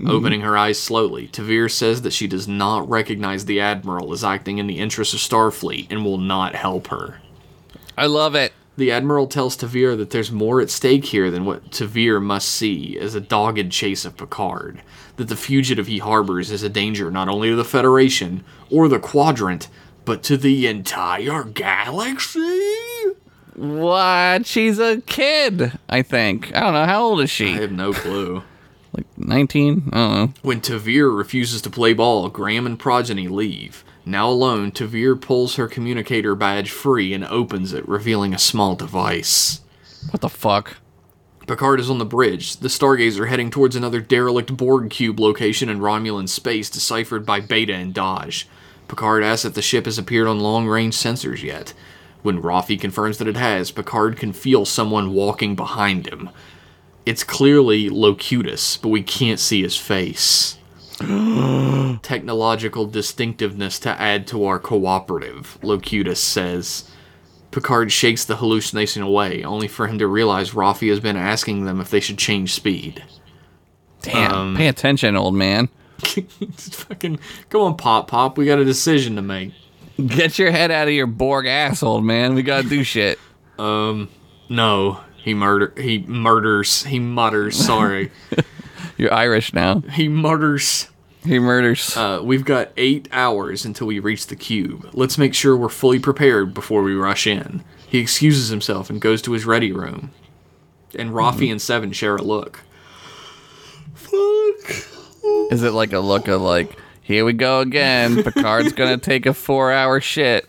Speaker 1: Opening her eyes slowly, Tavir says that she does not recognize the Admiral as acting in the interests of Starfleet and will not help her.
Speaker 2: I love it.
Speaker 1: The Admiral tells Tavir that there's more at stake here than what Tavir must see as a dogged chase of Picard, that the fugitive he harbors is a danger not only to the Federation or the Quadrant, but to the entire galaxy?
Speaker 2: What? She's a kid, I think. I don't know. How old is
Speaker 1: I
Speaker 2: she?
Speaker 1: have no clue.
Speaker 2: Like 19? I don't know.
Speaker 1: When Tavir refuses to play ball, Graham and Progeny leave. Now alone, Tavir pulls her communicator badge free and opens it, revealing a small device.
Speaker 2: What the fuck?
Speaker 1: Picard is on the bridge. The Stargazer are heading towards another derelict Borg cube location in Romulan space, deciphered by Beta and Dodge. Picard asks if the ship has appeared on long range sensors yet. When Rafi confirms that it has, Picard can feel someone walking behind him. It's clearly Locutus, but we can't see his face. Technological distinctiveness to add to our cooperative, Locutus says. Picard shakes the hallucination away, only for him to realize Rafi has been asking them if they should change speed.
Speaker 2: Damn. pay attention, old man.
Speaker 1: Just fucking, come on, Pop Pop, we got a decision to make.
Speaker 2: Get your head out of your Borg ass, old man. We gotta do shit.
Speaker 1: No, he murder, he murders, he mutters. Sorry,
Speaker 2: You're Irish now.
Speaker 1: he mutters.
Speaker 2: He murders.
Speaker 1: Uh, we've got eight hours until we reach the cube. Let's make sure we're fully prepared before we rush in. He excuses himself and goes to his ready room. And Rafi and Seven share a look. Fuck.
Speaker 2: Is it like a look of like, here we go again. Picard's gonna take a four hour shit.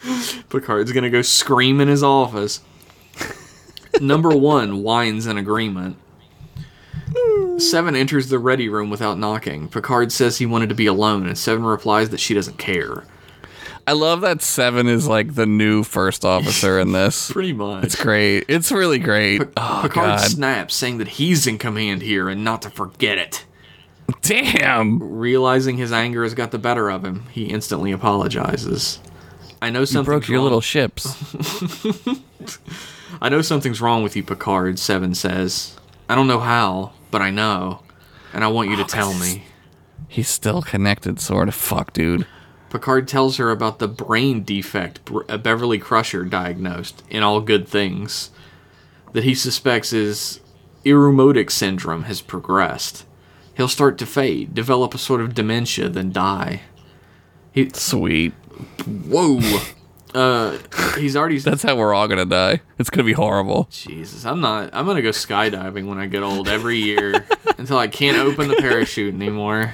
Speaker 1: Picard's gonna go scream in his office. Number one whines in agreement. Seven enters the ready room without knocking. Picard says he wanted to be alone, and Seven replies that she doesn't care.
Speaker 2: I love that Seven is like the new first officer in this.
Speaker 1: Pretty much.
Speaker 2: It's great. It's really great. Oh
Speaker 1: Picard
Speaker 2: god.
Speaker 1: snaps, saying that he's in command here and not to forget it.
Speaker 2: Damn.
Speaker 1: Realizing his anger has got the better of him, he instantly apologizes. I know something's
Speaker 2: Broke your
Speaker 1: wrong.
Speaker 2: little ships.
Speaker 1: I know something's wrong with you, Picard. Seven says. I don't know how, but I know, and I want
Speaker 2: Oh,
Speaker 1: you to tell me.
Speaker 2: He's still connected, sort of. Fuck, dude.
Speaker 1: Picard tells her about the brain defect Br- uh, Beverly Crusher diagnosed in All Good Things that he suspects is erumotic syndrome has progressed. He'll start to fade, develop a sort of dementia, then die.
Speaker 2: Sweet.
Speaker 1: Whoa! uh, he's already.
Speaker 2: That's how we're all gonna die. It's gonna be horrible.
Speaker 1: Jesus, I'm not. I'm gonna go skydiving when I get old every year until I can't open the parachute anymore.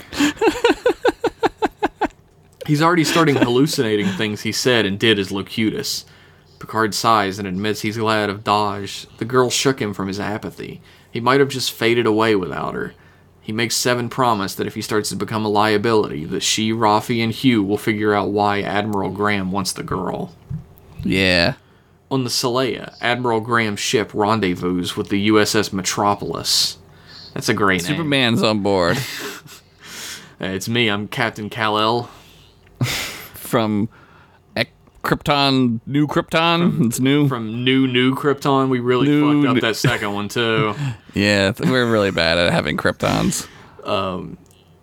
Speaker 1: He's already starting hallucinating things he said and did as Locutus. Picard sighs and admits he's glad of Dodge. The girl shook him from his apathy. He might have just faded away without her. He makes Seven promise that if he starts to become a liability, that she, Rafi, and Hugh will figure out why Admiral Graham wants the girl.
Speaker 2: Yeah.
Speaker 1: On the Saleya, Admiral Graham's ship rendezvous with the USS Metropolis. That's a great name.
Speaker 2: Superman's on board
Speaker 1: Uh, it's me. I'm Captain Kal-El.
Speaker 2: from Ec- Krypton, new Krypton. it's new.
Speaker 1: from New New Krypton. We really
Speaker 2: New
Speaker 1: fucked up
Speaker 2: New-
Speaker 1: that second one too.
Speaker 2: yeah, th- we're really bad at having Kryptons.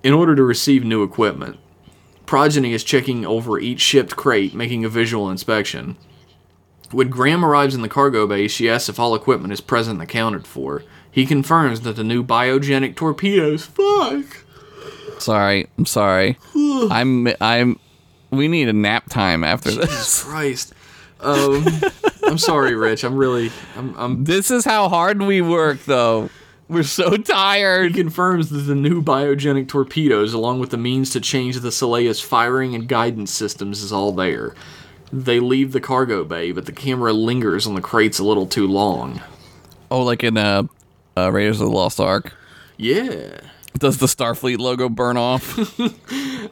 Speaker 1: In order to receive new equipment, Progeny is checking over each shipped crate, making a visual inspection. When Graham arrives in the cargo bay, she asks if all equipment is present and accounted for. He confirms that the new biogenic torpedoes. Fuck.
Speaker 2: Sorry, I'm sorry. I'm I'm. We need a nap time after this.
Speaker 1: Christ. Um, I'm sorry, Rich. I'm really. I'm, I'm.
Speaker 2: This is how hard we work, though. We're so
Speaker 1: He
Speaker 2: tired.
Speaker 1: confirms that the new biogenic torpedoes, along with the means to change the Soleil's firing and guidance systems, is all there. They leave the cargo bay, but the camera lingers on the crates a little too long.
Speaker 2: Oh, like in uh, uh Raiders of the Lost Ark.
Speaker 1: Yeah.
Speaker 2: Does the Starfleet logo burn off?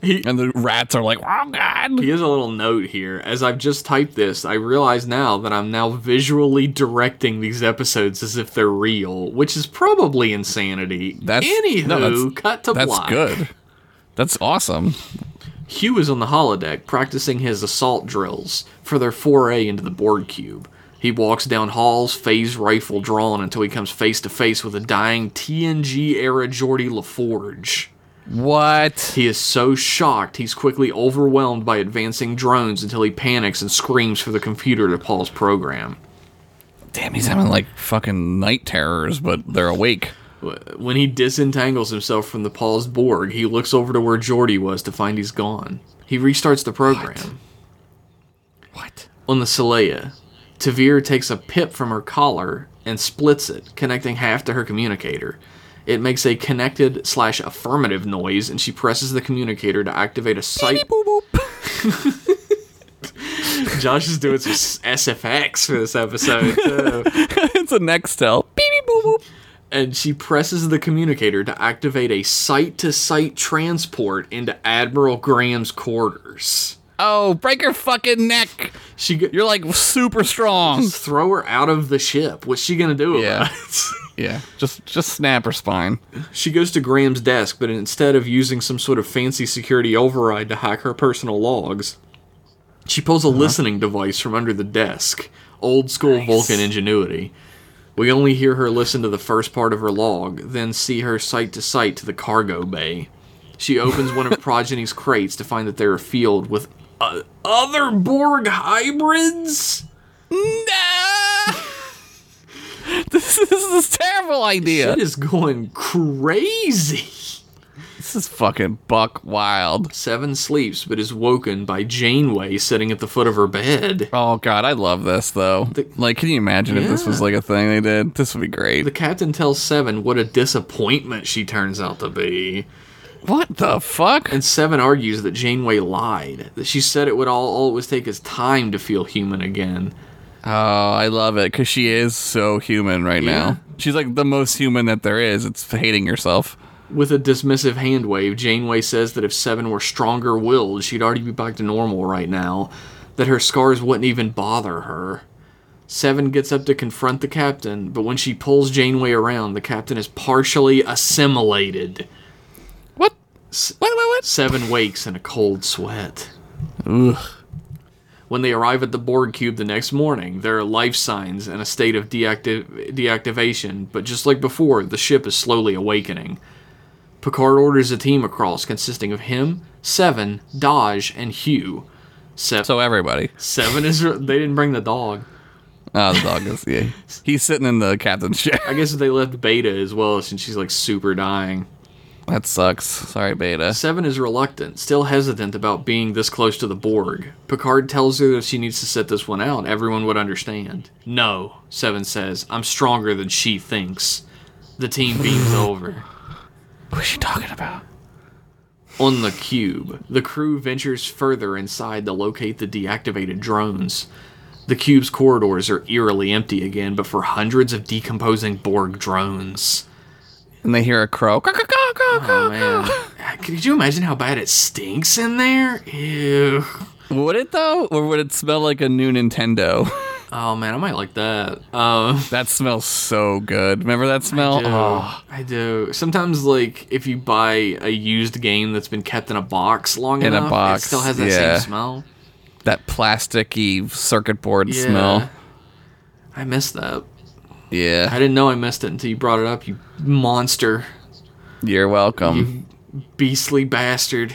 Speaker 1: He-
Speaker 2: and the rats are like, oh god.
Speaker 1: Here's a little note here. As I've just typed this, I realize now that I'm now visually directing these episodes as if they're real, which is probably insanity.
Speaker 2: That's-
Speaker 1: Anywho,
Speaker 2: no, that's-
Speaker 1: cut to
Speaker 2: That's
Speaker 1: block.
Speaker 2: good. That's awesome.
Speaker 1: Hugh is on the holodeck practicing his assault drills for their foray into the Borg cube. He walks down halls, phase rifle drawn, until he comes face to face with a dying TNG era Geordie LaForge.
Speaker 2: What?
Speaker 1: He is so shocked, he's quickly overwhelmed by advancing drones until he panics and screams for the computer to pause program.
Speaker 2: Damn, he's having like fucking night terrors, but they're awake.
Speaker 1: When he disentangles himself from the paused Borg, he looks over to where Geordie was to find he's gone. He restarts the program.
Speaker 2: What?
Speaker 1: on the Saleya. Tavir takes a pip from her collar and splits it, connecting half to her communicator. It makes a connected slash affirmative noise, and she presses the communicator to activate a sight. Josh is doing some s- SFX for this episode. too.
Speaker 2: it's a next tell. Beep, beep, boop, boop.
Speaker 1: and she presses the communicator to activate a site to site transport into Admiral Graham's quarters.
Speaker 2: Oh, break her fucking neck.
Speaker 1: She g-
Speaker 2: You're like super strong.
Speaker 1: throw her out of the ship. What's she gonna do
Speaker 2: Yeah.
Speaker 1: about it?
Speaker 2: Yeah, just just snap her spine.
Speaker 1: She goes to Graham's desk, but instead of using some sort of fancy security override to hack her personal logs, she pulls a listening device from under the desk. Old school Vulcan ingenuity. We only hear her listen to the first part of her log, then see her sight to sight to the cargo bay. She opens one of Progeny's crates to find that they're filled with uh, other Borg hybrids?
Speaker 2: No! this, is- this is a terrible idea.
Speaker 1: That is going crazy.
Speaker 2: This is fucking buck wild.
Speaker 1: Seven sleeps, but is woken by Janeway sitting at the foot of her bed.
Speaker 2: Oh god, I love this though. like, can you imagine if this was
Speaker 1: Yeah.
Speaker 2: like a thing they did? This would be great.
Speaker 1: The captain tells Seven what a disappointment she turns out to be.
Speaker 2: what the fuck?
Speaker 1: And Seven argues that Janeway lied, that she said it would all always take is time to feel human again.
Speaker 2: Oh, I love it because she is so human right
Speaker 1: Yeah.
Speaker 2: now. She's like the most human that there is. It's hating yourself.
Speaker 1: With a dismissive hand wave, Janeway says that if Seven were stronger willed, she'd already be back to normal right now, that her scars wouldn't even bother her. Seven gets up to confront the captain, but when she pulls Janeway around, the captain is partially assimilated.
Speaker 2: What? What? What?
Speaker 1: Seven wakes in a cold sweat.
Speaker 2: What? Ugh.
Speaker 1: When they arrive at the Borg cube the next morning, there are life signs and a state of deactiv- deactivation, but just like before, the ship is slowly awakening. Picard orders a team across consisting of him, Seven, Dodge, and Hugh. Se-
Speaker 2: So everybody.
Speaker 1: Seven is. They didn't bring the dog.
Speaker 2: Oh, the dog is. Yeah, he's sitting in the captain's chair.
Speaker 1: I guess they left Beta as well, since she's like super dying.
Speaker 2: That sucks. Sorry, Beta.
Speaker 1: Seven is reluctant, still hesitant about being this close to the Borg. Picard tells her that she needs to set this one out. Everyone would understand. No, Seven says. I'm stronger than she thinks. The team beams over.
Speaker 2: Who's she talking about?
Speaker 1: On the cube, the crew ventures further inside to locate the deactivated drones. The cube's corridors are eerily empty again, but for hundreds of decomposing Borg drones.
Speaker 2: And they hear a crow. Caw, caw, caw, caw, caw,
Speaker 1: Oh man. Could you imagine how bad it stinks in there? Ew.
Speaker 2: caw. Would it though, or would it smell like a new Nintendo?
Speaker 1: Oh man, I might like that. Um,
Speaker 2: that smells so good. Remember that smell? Oh.
Speaker 1: I do. Sometimes, like if you buy a used game that's been kept in a box long
Speaker 2: In a
Speaker 1: enough,
Speaker 2: box,
Speaker 1: it still has that
Speaker 2: yeah.
Speaker 1: same smell.
Speaker 2: that plasticky circuit board
Speaker 1: Yeah.
Speaker 2: smell.
Speaker 1: I missed that. I
Speaker 2: Yeah,
Speaker 1: didn't know I missed it until you brought it up. You monster,
Speaker 2: you're welcome.
Speaker 1: beastly bastard.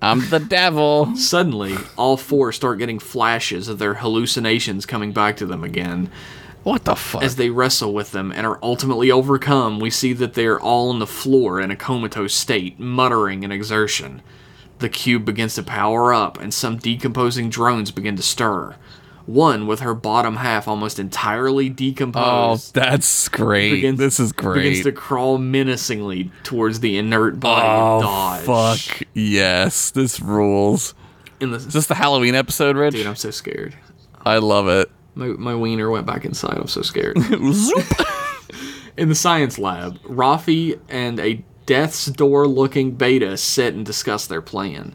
Speaker 2: I'm the devil.
Speaker 1: Suddenly, all four start getting flashes of their hallucinations coming back to them again.
Speaker 2: What the fuck?
Speaker 1: As they wrestle with them and are ultimately overcome, we see that they are all on the floor in a comatose state, muttering in exertion. The cube begins to power up, and some decomposing drones begin to stir. One, with her bottom half almost entirely
Speaker 2: oh,
Speaker 1: decomposed,
Speaker 2: that's great.
Speaker 1: begins-
Speaker 2: this is
Speaker 1: begins
Speaker 2: great.
Speaker 1: to crawl menacingly towards the inert body
Speaker 2: oh
Speaker 1: of Dodge.
Speaker 2: fuck yes, this rules.
Speaker 1: In
Speaker 2: Is
Speaker 1: the,
Speaker 2: this the Halloween episode, Rich?
Speaker 1: dude, I'm so scared.
Speaker 2: I love it.
Speaker 1: My, my wiener went back inside. I'm so scared.
Speaker 2: Zoop.
Speaker 1: In the science lab, Rafi and a death's door looking beta sit and discuss their plan.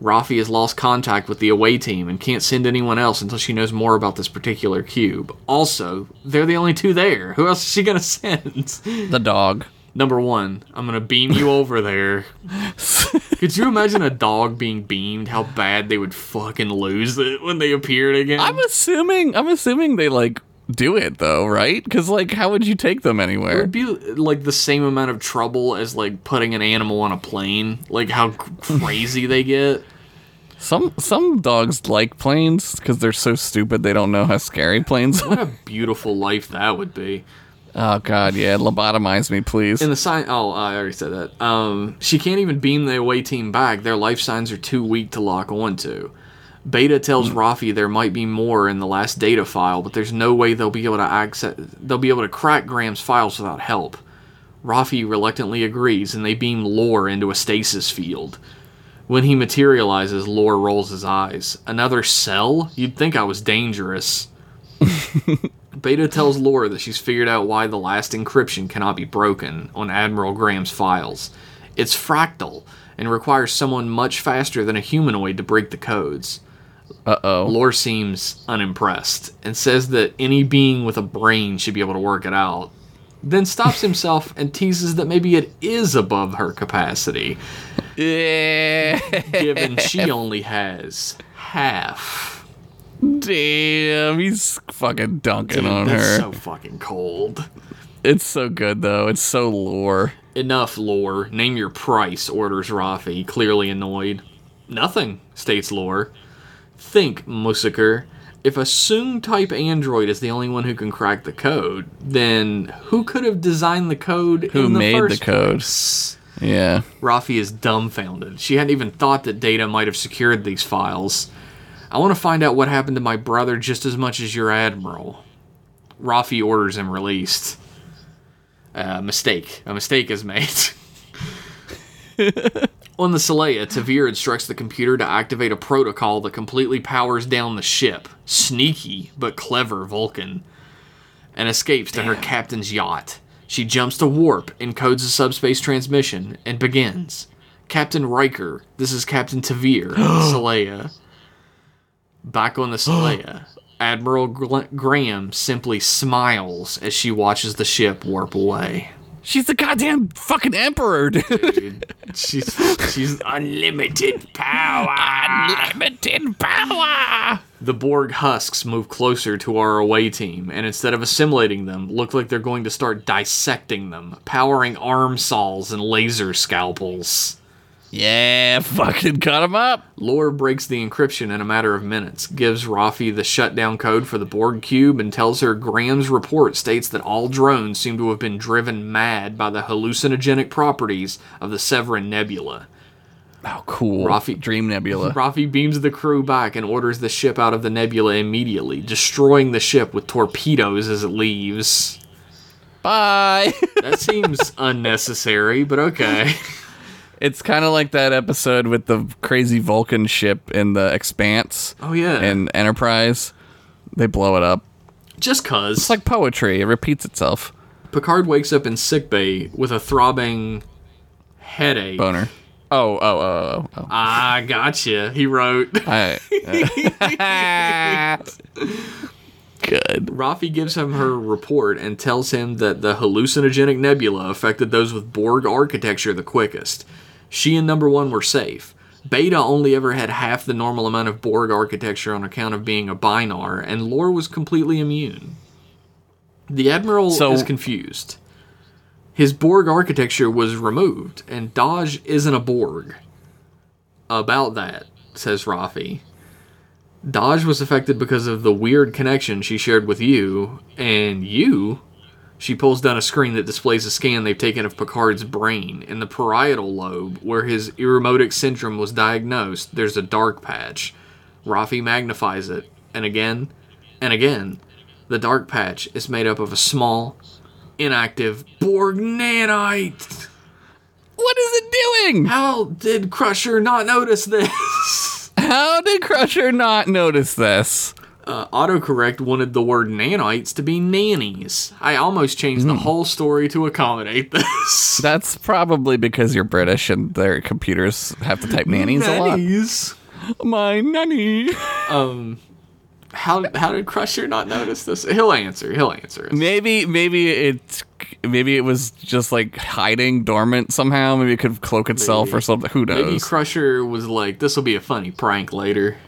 Speaker 1: Rafi has lost contact with the away team and can't send anyone else until she knows more about this particular cube. Also, they're the only two there. Who else is she going to send?
Speaker 2: the dog.
Speaker 1: Number one, I'm going to beam you over there. Could you imagine a dog being beamed? How bad they would fucking lose it when they appeared again?
Speaker 2: I'm assuming. I'm assuming they like do it though, right? Because like, how would you take them
Speaker 1: It
Speaker 2: anywhere?
Speaker 1: would be like the same amount of trouble as like putting an animal on a plane. Like how c- crazy they get.
Speaker 2: Some some dogs like planes because they're so stupid they don't know how scary planes are.
Speaker 1: What a beautiful life that would be.
Speaker 2: Oh god, yeah, lobotomize me, please.
Speaker 1: In the sign, oh, I already said that. Um, she can't even beam the away team back. Their life signs are too weak to lock onto. Beta tells Rafi there might be more in the last data file, but there's no way they'll be able to access. They'll be able to crack Graham's files without help. Rafi reluctantly agrees, and they beam Lore into a stasis field. When he materializes, Lore rolls his eyes. Another cell? You'd think I was dangerous. Beta tells Laura that she's figured out why the last encryption cannot be broken on Admiral Graham's files. It's fractal and requires someone much faster than a humanoid to break the codes.
Speaker 2: Uh oh.
Speaker 1: Lore seems unimpressed and says that any being with a brain should be able to work it out. Then stops himself and teases that maybe it is above her capacity,
Speaker 2: Yeah.
Speaker 1: given she only has half.
Speaker 2: Damn, he's fucking dunking on
Speaker 1: That's
Speaker 2: her.
Speaker 1: so fucking cold.
Speaker 2: it's so good though. It's so lore.
Speaker 1: Enough lore. Name your price, orders Rafi, clearly annoyed. Nothing, states lore. Think, Musiker. If a Soong type android is the only one who can crack the code, then who could have designed the code
Speaker 2: Who
Speaker 1: in the
Speaker 2: made the
Speaker 1: first
Speaker 2: code?
Speaker 1: place?
Speaker 2: Yeah.
Speaker 1: Rafi is dumbfounded. She hadn't even thought that Data might have secured these files. I want to find out what happened to my brother just as much as your admiral. Rafi orders him released. Uh, mistake. A mistake is made. On the Celea, Tavir instructs the computer to activate a protocol that completely powers down the ship. Sneaky, but clever Vulcan and escapes to her captain's yacht. She jumps to warp, encodes a subspace transmission, and begins. Captain Riker, this is Captain Tavir, Saleya. Back on the Saleya, Admiral Gl- Graham simply smiles as she watches the ship warp away.
Speaker 2: She's the goddamn fucking emperor, dude.
Speaker 1: Dude, she's she's unlimited power.
Speaker 2: Unlimited power.
Speaker 1: The Borg husks move closer to our away team, and instead of assimilating them, look like they're going to start dissecting them, powering arm saws and laser scalpels.
Speaker 2: Yeah, fucking cut him up.
Speaker 1: Lore breaks the encryption in a matter of minutes, gives Rafi the shutdown code for the Borg cube, and tells her Graham's report states that all drones seem to have been driven mad by the hallucinogenic properties of the Severin Nebula.
Speaker 2: Oh, cool.
Speaker 1: Rafi-
Speaker 2: Dream Nebula.
Speaker 1: Rafi beams the crew back and orders the ship out of the nebula immediately, destroying the ship with torpedoes as it leaves.
Speaker 2: Bye.
Speaker 1: That seems unnecessary, but okay.
Speaker 2: it's kind of like that episode with the crazy Vulcan ship in the Expanse
Speaker 1: Oh yeah,
Speaker 2: and Enterprise. They blow it up.
Speaker 1: just cause
Speaker 2: It's like poetry. It repeats itself.
Speaker 1: Picard wakes up in sickbay with a throbbing headache.
Speaker 2: Boner. Oh, oh, oh, oh, oh.
Speaker 1: I gotcha. He wrote.
Speaker 2: I- uh. Good.
Speaker 1: Rafi gives him her report and tells him that the hallucinogenic nebula affected those with Borg architecture the quickest. She and Number One were safe. Beta only ever had half the normal amount of Borg architecture on account of being a binar, and Lore was completely immune. The Admiral
Speaker 2: So-
Speaker 1: is confused. His Borg architecture was removed, and Dodge isn't a Borg. About that, says Rafi. Dodge was affected because of the weird connection she shared with you, and you. She pulls down a screen that displays a scan they've taken of Picard's brain. In the parietal lobe, where his eremotic syndrome was diagnosed, there's a dark patch. Rafi magnifies it, and again, and again. The dark patch is made up of a small, inactive Borg nanite.
Speaker 2: What is it doing?
Speaker 1: How did Crusher not notice this?
Speaker 2: How did Crusher not notice this?
Speaker 1: uh, autocorrect wanted the word nanites to be nannies. I almost changed the whole story to accommodate this.
Speaker 2: That's probably because you're British and their computers have to type nannies
Speaker 1: Nannies.
Speaker 2: a lot. My nanny.
Speaker 1: How how did Crusher not notice this? He'll answer. He'll answer.
Speaker 2: Maybe, maybe it, maybe it was just like hiding dormant somehow. Maybe it could cloak itself or something. Who
Speaker 1: Maybe
Speaker 2: knows?
Speaker 1: Crusher was like, "This will be a funny prank later."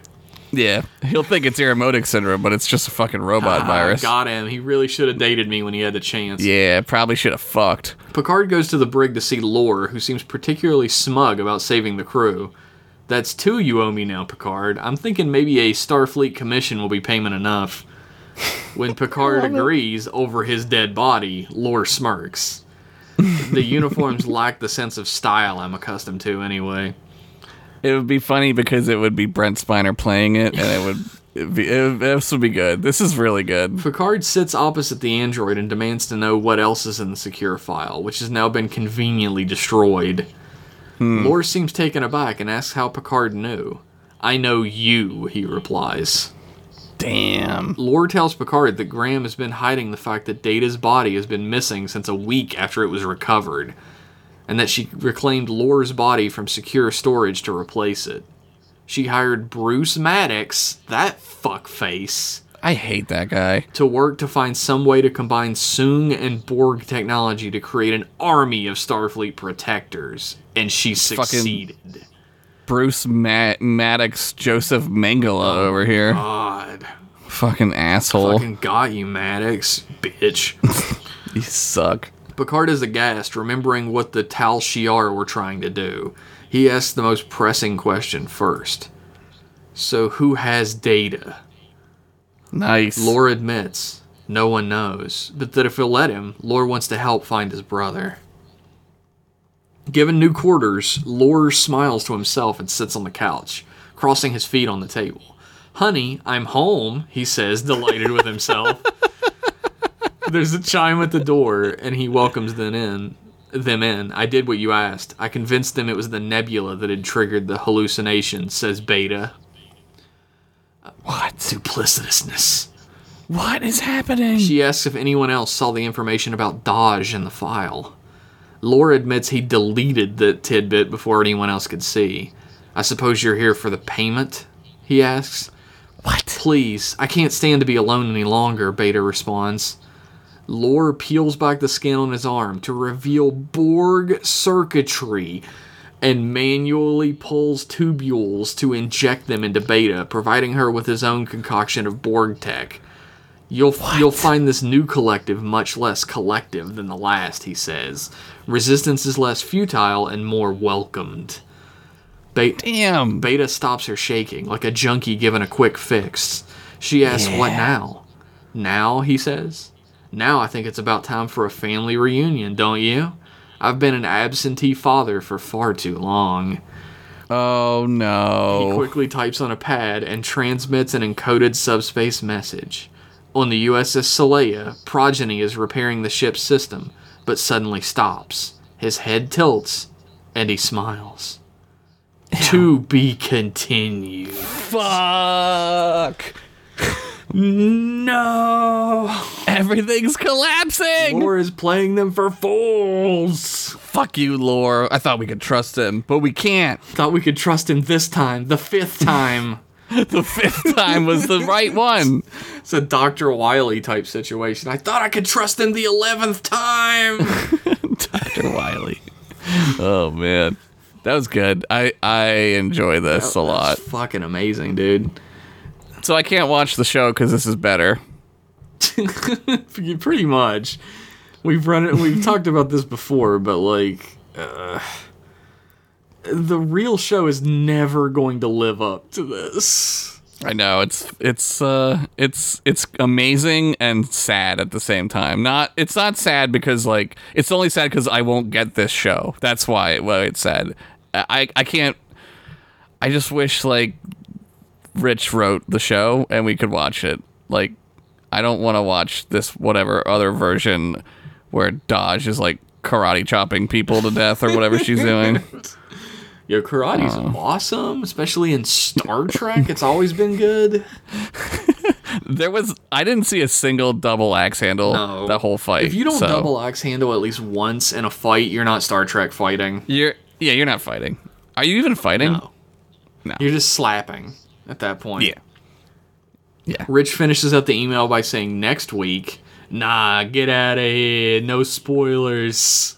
Speaker 2: yeah, he'll think it's eremotic syndrome, but it's just a fucking robot virus.
Speaker 1: I Ah, got him. He really should have dated me when he had the chance.
Speaker 2: Yeah, probably should have fucked.
Speaker 1: Picard goes to the brig to see Lore, who seems particularly smug about saving the crew. That's two you owe me now, Picard. I'm thinking maybe a Starfleet commission will be payment enough. When Picard agrees over his dead body, Lore smirks. The uniforms lack the sense of style I'm accustomed to anyway.
Speaker 2: It would be funny because it would be Brent Spiner playing it, and it would it'd be it, this would be good. This is really good.
Speaker 1: Picard sits opposite the android and demands to know what else is in the secure file, which has now been conveniently destroyed. Lore seems taken aback and asks how Picard knew. I know you, he replies.
Speaker 2: Damn.
Speaker 1: Lore tells Picard that Graham has been hiding the fact that Data's body has been missing since a week after it was recovered, and that she reclaimed Lore's body from secure storage to replace it. She hired Bruce Maddox, that fuckface,
Speaker 2: I hate that guy.
Speaker 1: to work to find some way to combine Soong and Borg technology to create an army of Starfleet protectors, and she succeeded.
Speaker 2: Bruce Ma- Maddox Joseph Mangala over here.
Speaker 1: God.
Speaker 2: Fucking asshole.
Speaker 1: Fucking got you, Maddox, bitch.
Speaker 2: you suck.
Speaker 1: Picard is aghast, remembering what the Tal Shiar were trying to do. He asks the most pressing question first. So, who has data?
Speaker 2: Nice.
Speaker 1: Lore admits no one knows, but that if he'll let him, Lore wants to help find his brother. Given new quarters, Lore smiles to himself and sits on the couch, crossing his feet on the table. Honey, I'm home, he says, delighted with himself. There's a chime at the door, and he welcomes them in. Them in. I did what you asked. I convinced them it was the nebula that had triggered the hallucination, says Beta.
Speaker 2: What?
Speaker 1: Duplicitousness.
Speaker 2: What is happening?
Speaker 1: She asks if anyone else saw the information about Dodge in the file. Lore admits he deleted the tidbit before anyone else could see. I suppose you're here for the payment? He asks.
Speaker 2: what?
Speaker 1: Please, I can't stand to be alone any longer, Beta responds. Lore peels back the skin on his arm to reveal Borg circuitry and manually pulls tubules to inject them into Beta, providing her with his own concoction of Borg tech. You'll you'll find this new collective much less collective than the last, he says. Resistance is less futile and more welcomed. Ba-
Speaker 2: Damn.
Speaker 1: Beta stops her shaking, like a junkie given a quick fix. She asks, What now? Now, he says. Now I think it's about time for a family reunion, don't you? I've been an absentee father for far too long.
Speaker 2: Oh
Speaker 1: He
Speaker 2: no.
Speaker 1: quickly types on a pad and transmits an encoded subspace message. On the USS Saleya, Progeny is repairing the ship's system, but suddenly stops. His head tilts, and he smiles. To be continued.
Speaker 2: Fuck.
Speaker 1: No!
Speaker 2: Everything's collapsing.
Speaker 1: Lore is playing them for fools!
Speaker 2: Fuck you, Lore. I thought we could trust him, but we can't.
Speaker 1: Thought we could trust him this time, the fifth time.
Speaker 2: The fifth time was the right one.
Speaker 1: it's a Dr. Wiley type situation. I thought I could trust him the eleventh time!
Speaker 2: Dr. Wiley. Oh man. That was good. I I enjoy this a lot.
Speaker 1: That's fucking amazing, dude.
Speaker 2: So I can't watch the show cuz this is better.
Speaker 1: Pretty much. We've run it. We've talked about this before, but like, uh, the real show is never going to live up to this.
Speaker 2: I know it's it's uh it's it's amazing and sad at the same time. Not it's not sad because like it's only sad because I won't get this show. That's why well it's sad. I I can't. I just wish like Rich wrote the show and we could watch it. Like I don't want to watch this whatever other version where Dodge is like karate chopping people to death or whatever she's doing.
Speaker 1: Yo, karate's awesome, especially in Star Trek. It's always been good.
Speaker 2: There was I didn't see a single double axe handle
Speaker 1: No.
Speaker 2: that whole fight.
Speaker 1: If you don't
Speaker 2: so-
Speaker 1: double axe handle at least once in a fight, you're not Star Trek fighting.
Speaker 2: You're yeah, you're not fighting. Are you even fighting?
Speaker 1: No.
Speaker 2: No.
Speaker 1: You're just slapping at that point.
Speaker 2: Yeah. Yeah.
Speaker 1: Rich finishes up the email by saying next week. Nah, get out of here. No spoilers.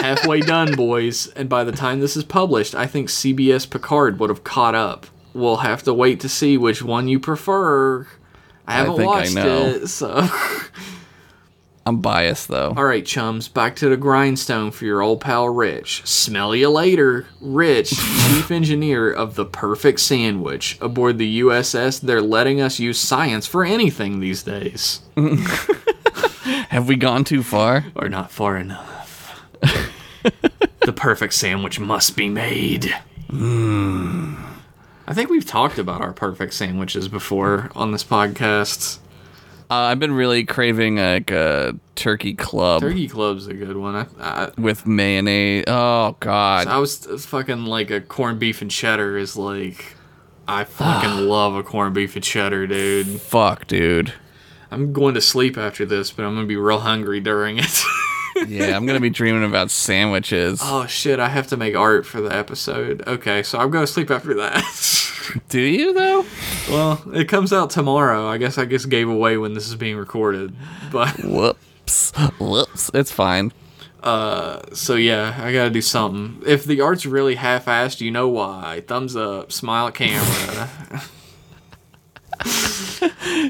Speaker 1: Halfway done, boys. And by the time this is published, I think CBS Picard would have caught up. We'll have to wait to see which one you prefer. I haven't
Speaker 2: think I
Speaker 1: watched
Speaker 2: know.
Speaker 1: it, so.
Speaker 2: I'm biased though.
Speaker 1: All right, chums, back to the grindstone for your old pal Rich. Smell you later, Rich, chief engineer of the Perfect Sandwich. Aboard the USS, they're letting us use science for anything these days.
Speaker 2: Have we gone too far?
Speaker 1: Or not far enough. the perfect sandwich must be made. Hmm. I think we've talked about our perfect sandwiches before on this podcast.
Speaker 2: Uh, I've been really craving like a turkey club
Speaker 1: Turkey Club's a good one. I, I,
Speaker 2: with mayonnaise. Oh god.
Speaker 1: I was fucking like a corned beef and cheddar is like I fucking love a corned beef and cheddar, dude.
Speaker 2: Fuck, dude.
Speaker 1: I'm going to sleep after this, but I'm gonna be real hungry during it.
Speaker 2: Yeah, I'm gonna be dreaming about sandwiches,
Speaker 1: oh shit, I have to make art for the episode. Okay, so I'm going to sleep after that.
Speaker 2: do you though?
Speaker 1: well, it comes out tomorrow. I guess I just gave away when this is being recorded. But
Speaker 2: Whoops, whoops. It's fine.
Speaker 1: so yeah, I gotta do something. If the art's really half-assed, you know why. Thumbs up, smile at camera.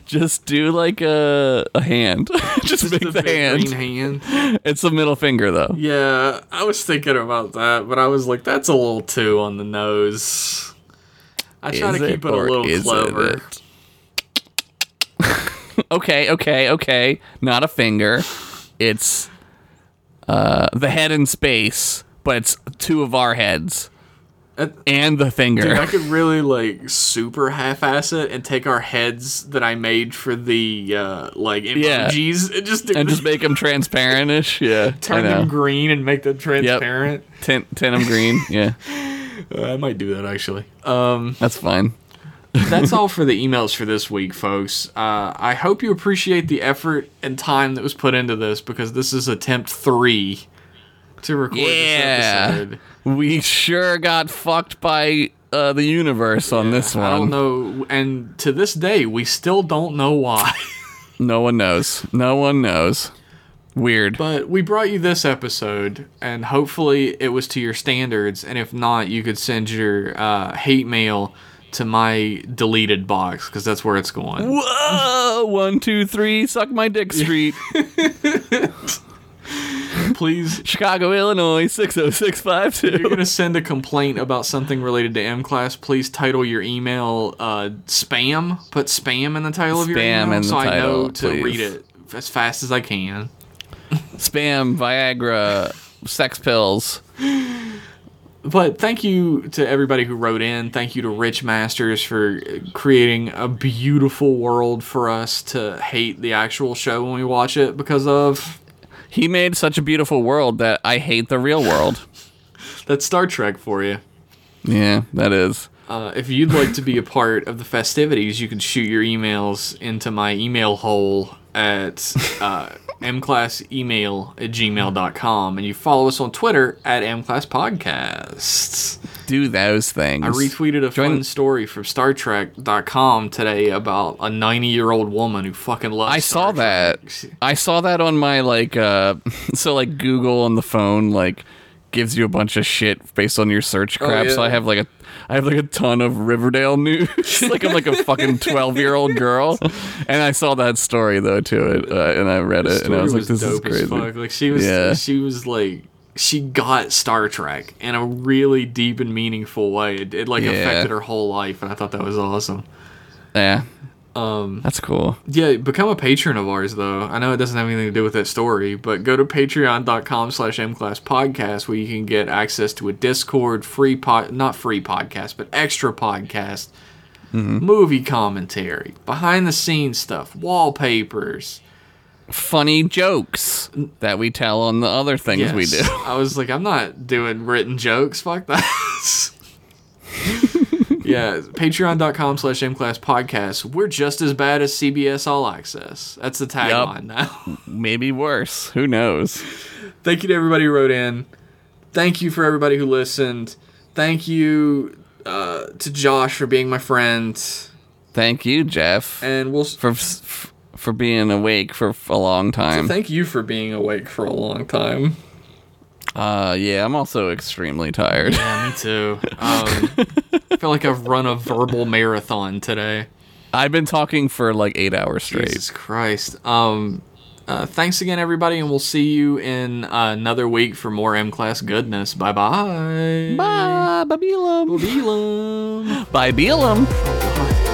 Speaker 2: Just do like a a hand. Just, make
Speaker 1: The
Speaker 2: the
Speaker 1: big
Speaker 2: hand.
Speaker 1: green hand.
Speaker 2: It's the middle finger though.
Speaker 1: Yeah, I was thinking about that, but I was like, that's a little too on the nose. I try
Speaker 2: Is
Speaker 1: to
Speaker 2: it
Speaker 1: keep it a
Speaker 2: or
Speaker 1: little
Speaker 2: isn't
Speaker 1: clever.
Speaker 2: it? Okay, okay, okay. Not a finger. It's uh the head in space, but it's two of our heads
Speaker 1: That-
Speaker 2: and the
Speaker 1: Uh, Dude, I
Speaker 2: finger.
Speaker 1: could really like super half-ass it and take our heads that I made for the uh, like emojis and just do
Speaker 2: And just make them transparentish. Yeah, I
Speaker 1: turn
Speaker 2: know.
Speaker 1: them green and make them transparent.
Speaker 2: Tin- tin 'em green. Yeah,
Speaker 1: Uh, I might do that actually.
Speaker 2: that's fine.
Speaker 1: Uh, that's all for the emails for this week, folks. Uh, I hope you appreciate the effort and time that was put into this because this is attempt three to record
Speaker 2: Yeah.
Speaker 1: this episode.
Speaker 2: We sure got fucked by uh, the universe on this one.
Speaker 1: I don't know, and to this day, we still don't know why.
Speaker 2: No one knows. No one knows. Weird.
Speaker 1: But we brought you this episode, and hopefully it was to your standards. And if not, you could send your uh, hate mail to my deleted box because that's where it's going.
Speaker 2: Whoa! One, two, three. Suck my dick, Street,
Speaker 1: Please
Speaker 2: Chicago, Illinois, six zero six five
Speaker 1: If you're
Speaker 2: two.
Speaker 1: gonna send a complaint about something related to M class, please title your email uh, spam. Put spam in the title of your
Speaker 2: Spam
Speaker 1: email
Speaker 2: in the
Speaker 1: so I know
Speaker 2: title,
Speaker 1: to
Speaker 2: please.
Speaker 1: read it as fast as I can.
Speaker 2: Spam, Viagra, sex pills.
Speaker 1: But thank you to everybody who wrote in. Thank you to Rich Masters for creating a beautiful world for us to hate the actual show when we watch it because of
Speaker 2: He made such a beautiful world that I hate the real world.
Speaker 1: that's Star Trek for you.
Speaker 2: yeah, that is.
Speaker 1: Uh, if you'd like to be a part of the festivities, you can shoot your emails into my email hole at uh, mclassemail at gmail.com. And you follow us on Twitter at mclasspodcasts.
Speaker 2: Do those things.
Speaker 1: I retweeted a
Speaker 2: Join-
Speaker 1: fun story from Star Trek.com today about a 90 year old woman who fucking loves
Speaker 2: I
Speaker 1: Star
Speaker 2: saw that.
Speaker 1: Trek.
Speaker 2: I saw that on my like uh so like Google on the phone like gives you a bunch of shit based on your search crap. So
Speaker 1: Oh, yeah.
Speaker 2: I have like a I have like a ton of Riverdale news. like I'm like a fucking 12-year-old girl. And I saw that story though to it uh, and I read it and I
Speaker 1: Story
Speaker 2: was like this is
Speaker 1: dope as
Speaker 2: crazy.
Speaker 1: fuck. Like she was,
Speaker 2: Yeah.
Speaker 1: she was like, she got Star Trek in a really deep and meaningful way. It, it like
Speaker 2: Yeah.
Speaker 1: affected her whole life, and I thought that was awesome.
Speaker 2: Yeah. Um that's cool.
Speaker 1: Yeah, become a patron of ours though. I know it doesn't have anything to do with that story, but go to patreon.com slash mclasspodcast where you can get access to a Discord, free pod not free podcast, but extra podcast,
Speaker 2: Mm-hmm.
Speaker 1: movie commentary, behind the scenes stuff, wallpapers.
Speaker 2: Funny jokes that we tell on the other things we do.
Speaker 1: Yes. I was like, I'm not doing written jokes. Fuck that. yeah, patreon.com slash mclasspodcast. We're just as bad as CBS All Access. That's the tagline now.
Speaker 2: Maybe worse. Who knows?
Speaker 1: Thank you to everybody who wrote in. Thank you for everybody who listened. Thank you uh, to Josh for being my friend.
Speaker 2: Thank you, Jeff.
Speaker 1: And we'll s-
Speaker 2: for f- for being awake for f- a long time.
Speaker 1: thank you for being awake for a long time.
Speaker 2: Uh, yeah, I'm also extremely tired.
Speaker 1: Yeah, me too. Um, I feel like I've run a verbal marathon today.
Speaker 2: I've been talking for like eight hours straight.
Speaker 1: Jesus Christ. Um, uh, thanks again, everybody, and we'll see you in another week for more M Class goodness. Bye bye.
Speaker 2: Bye, Babylum. Babylum.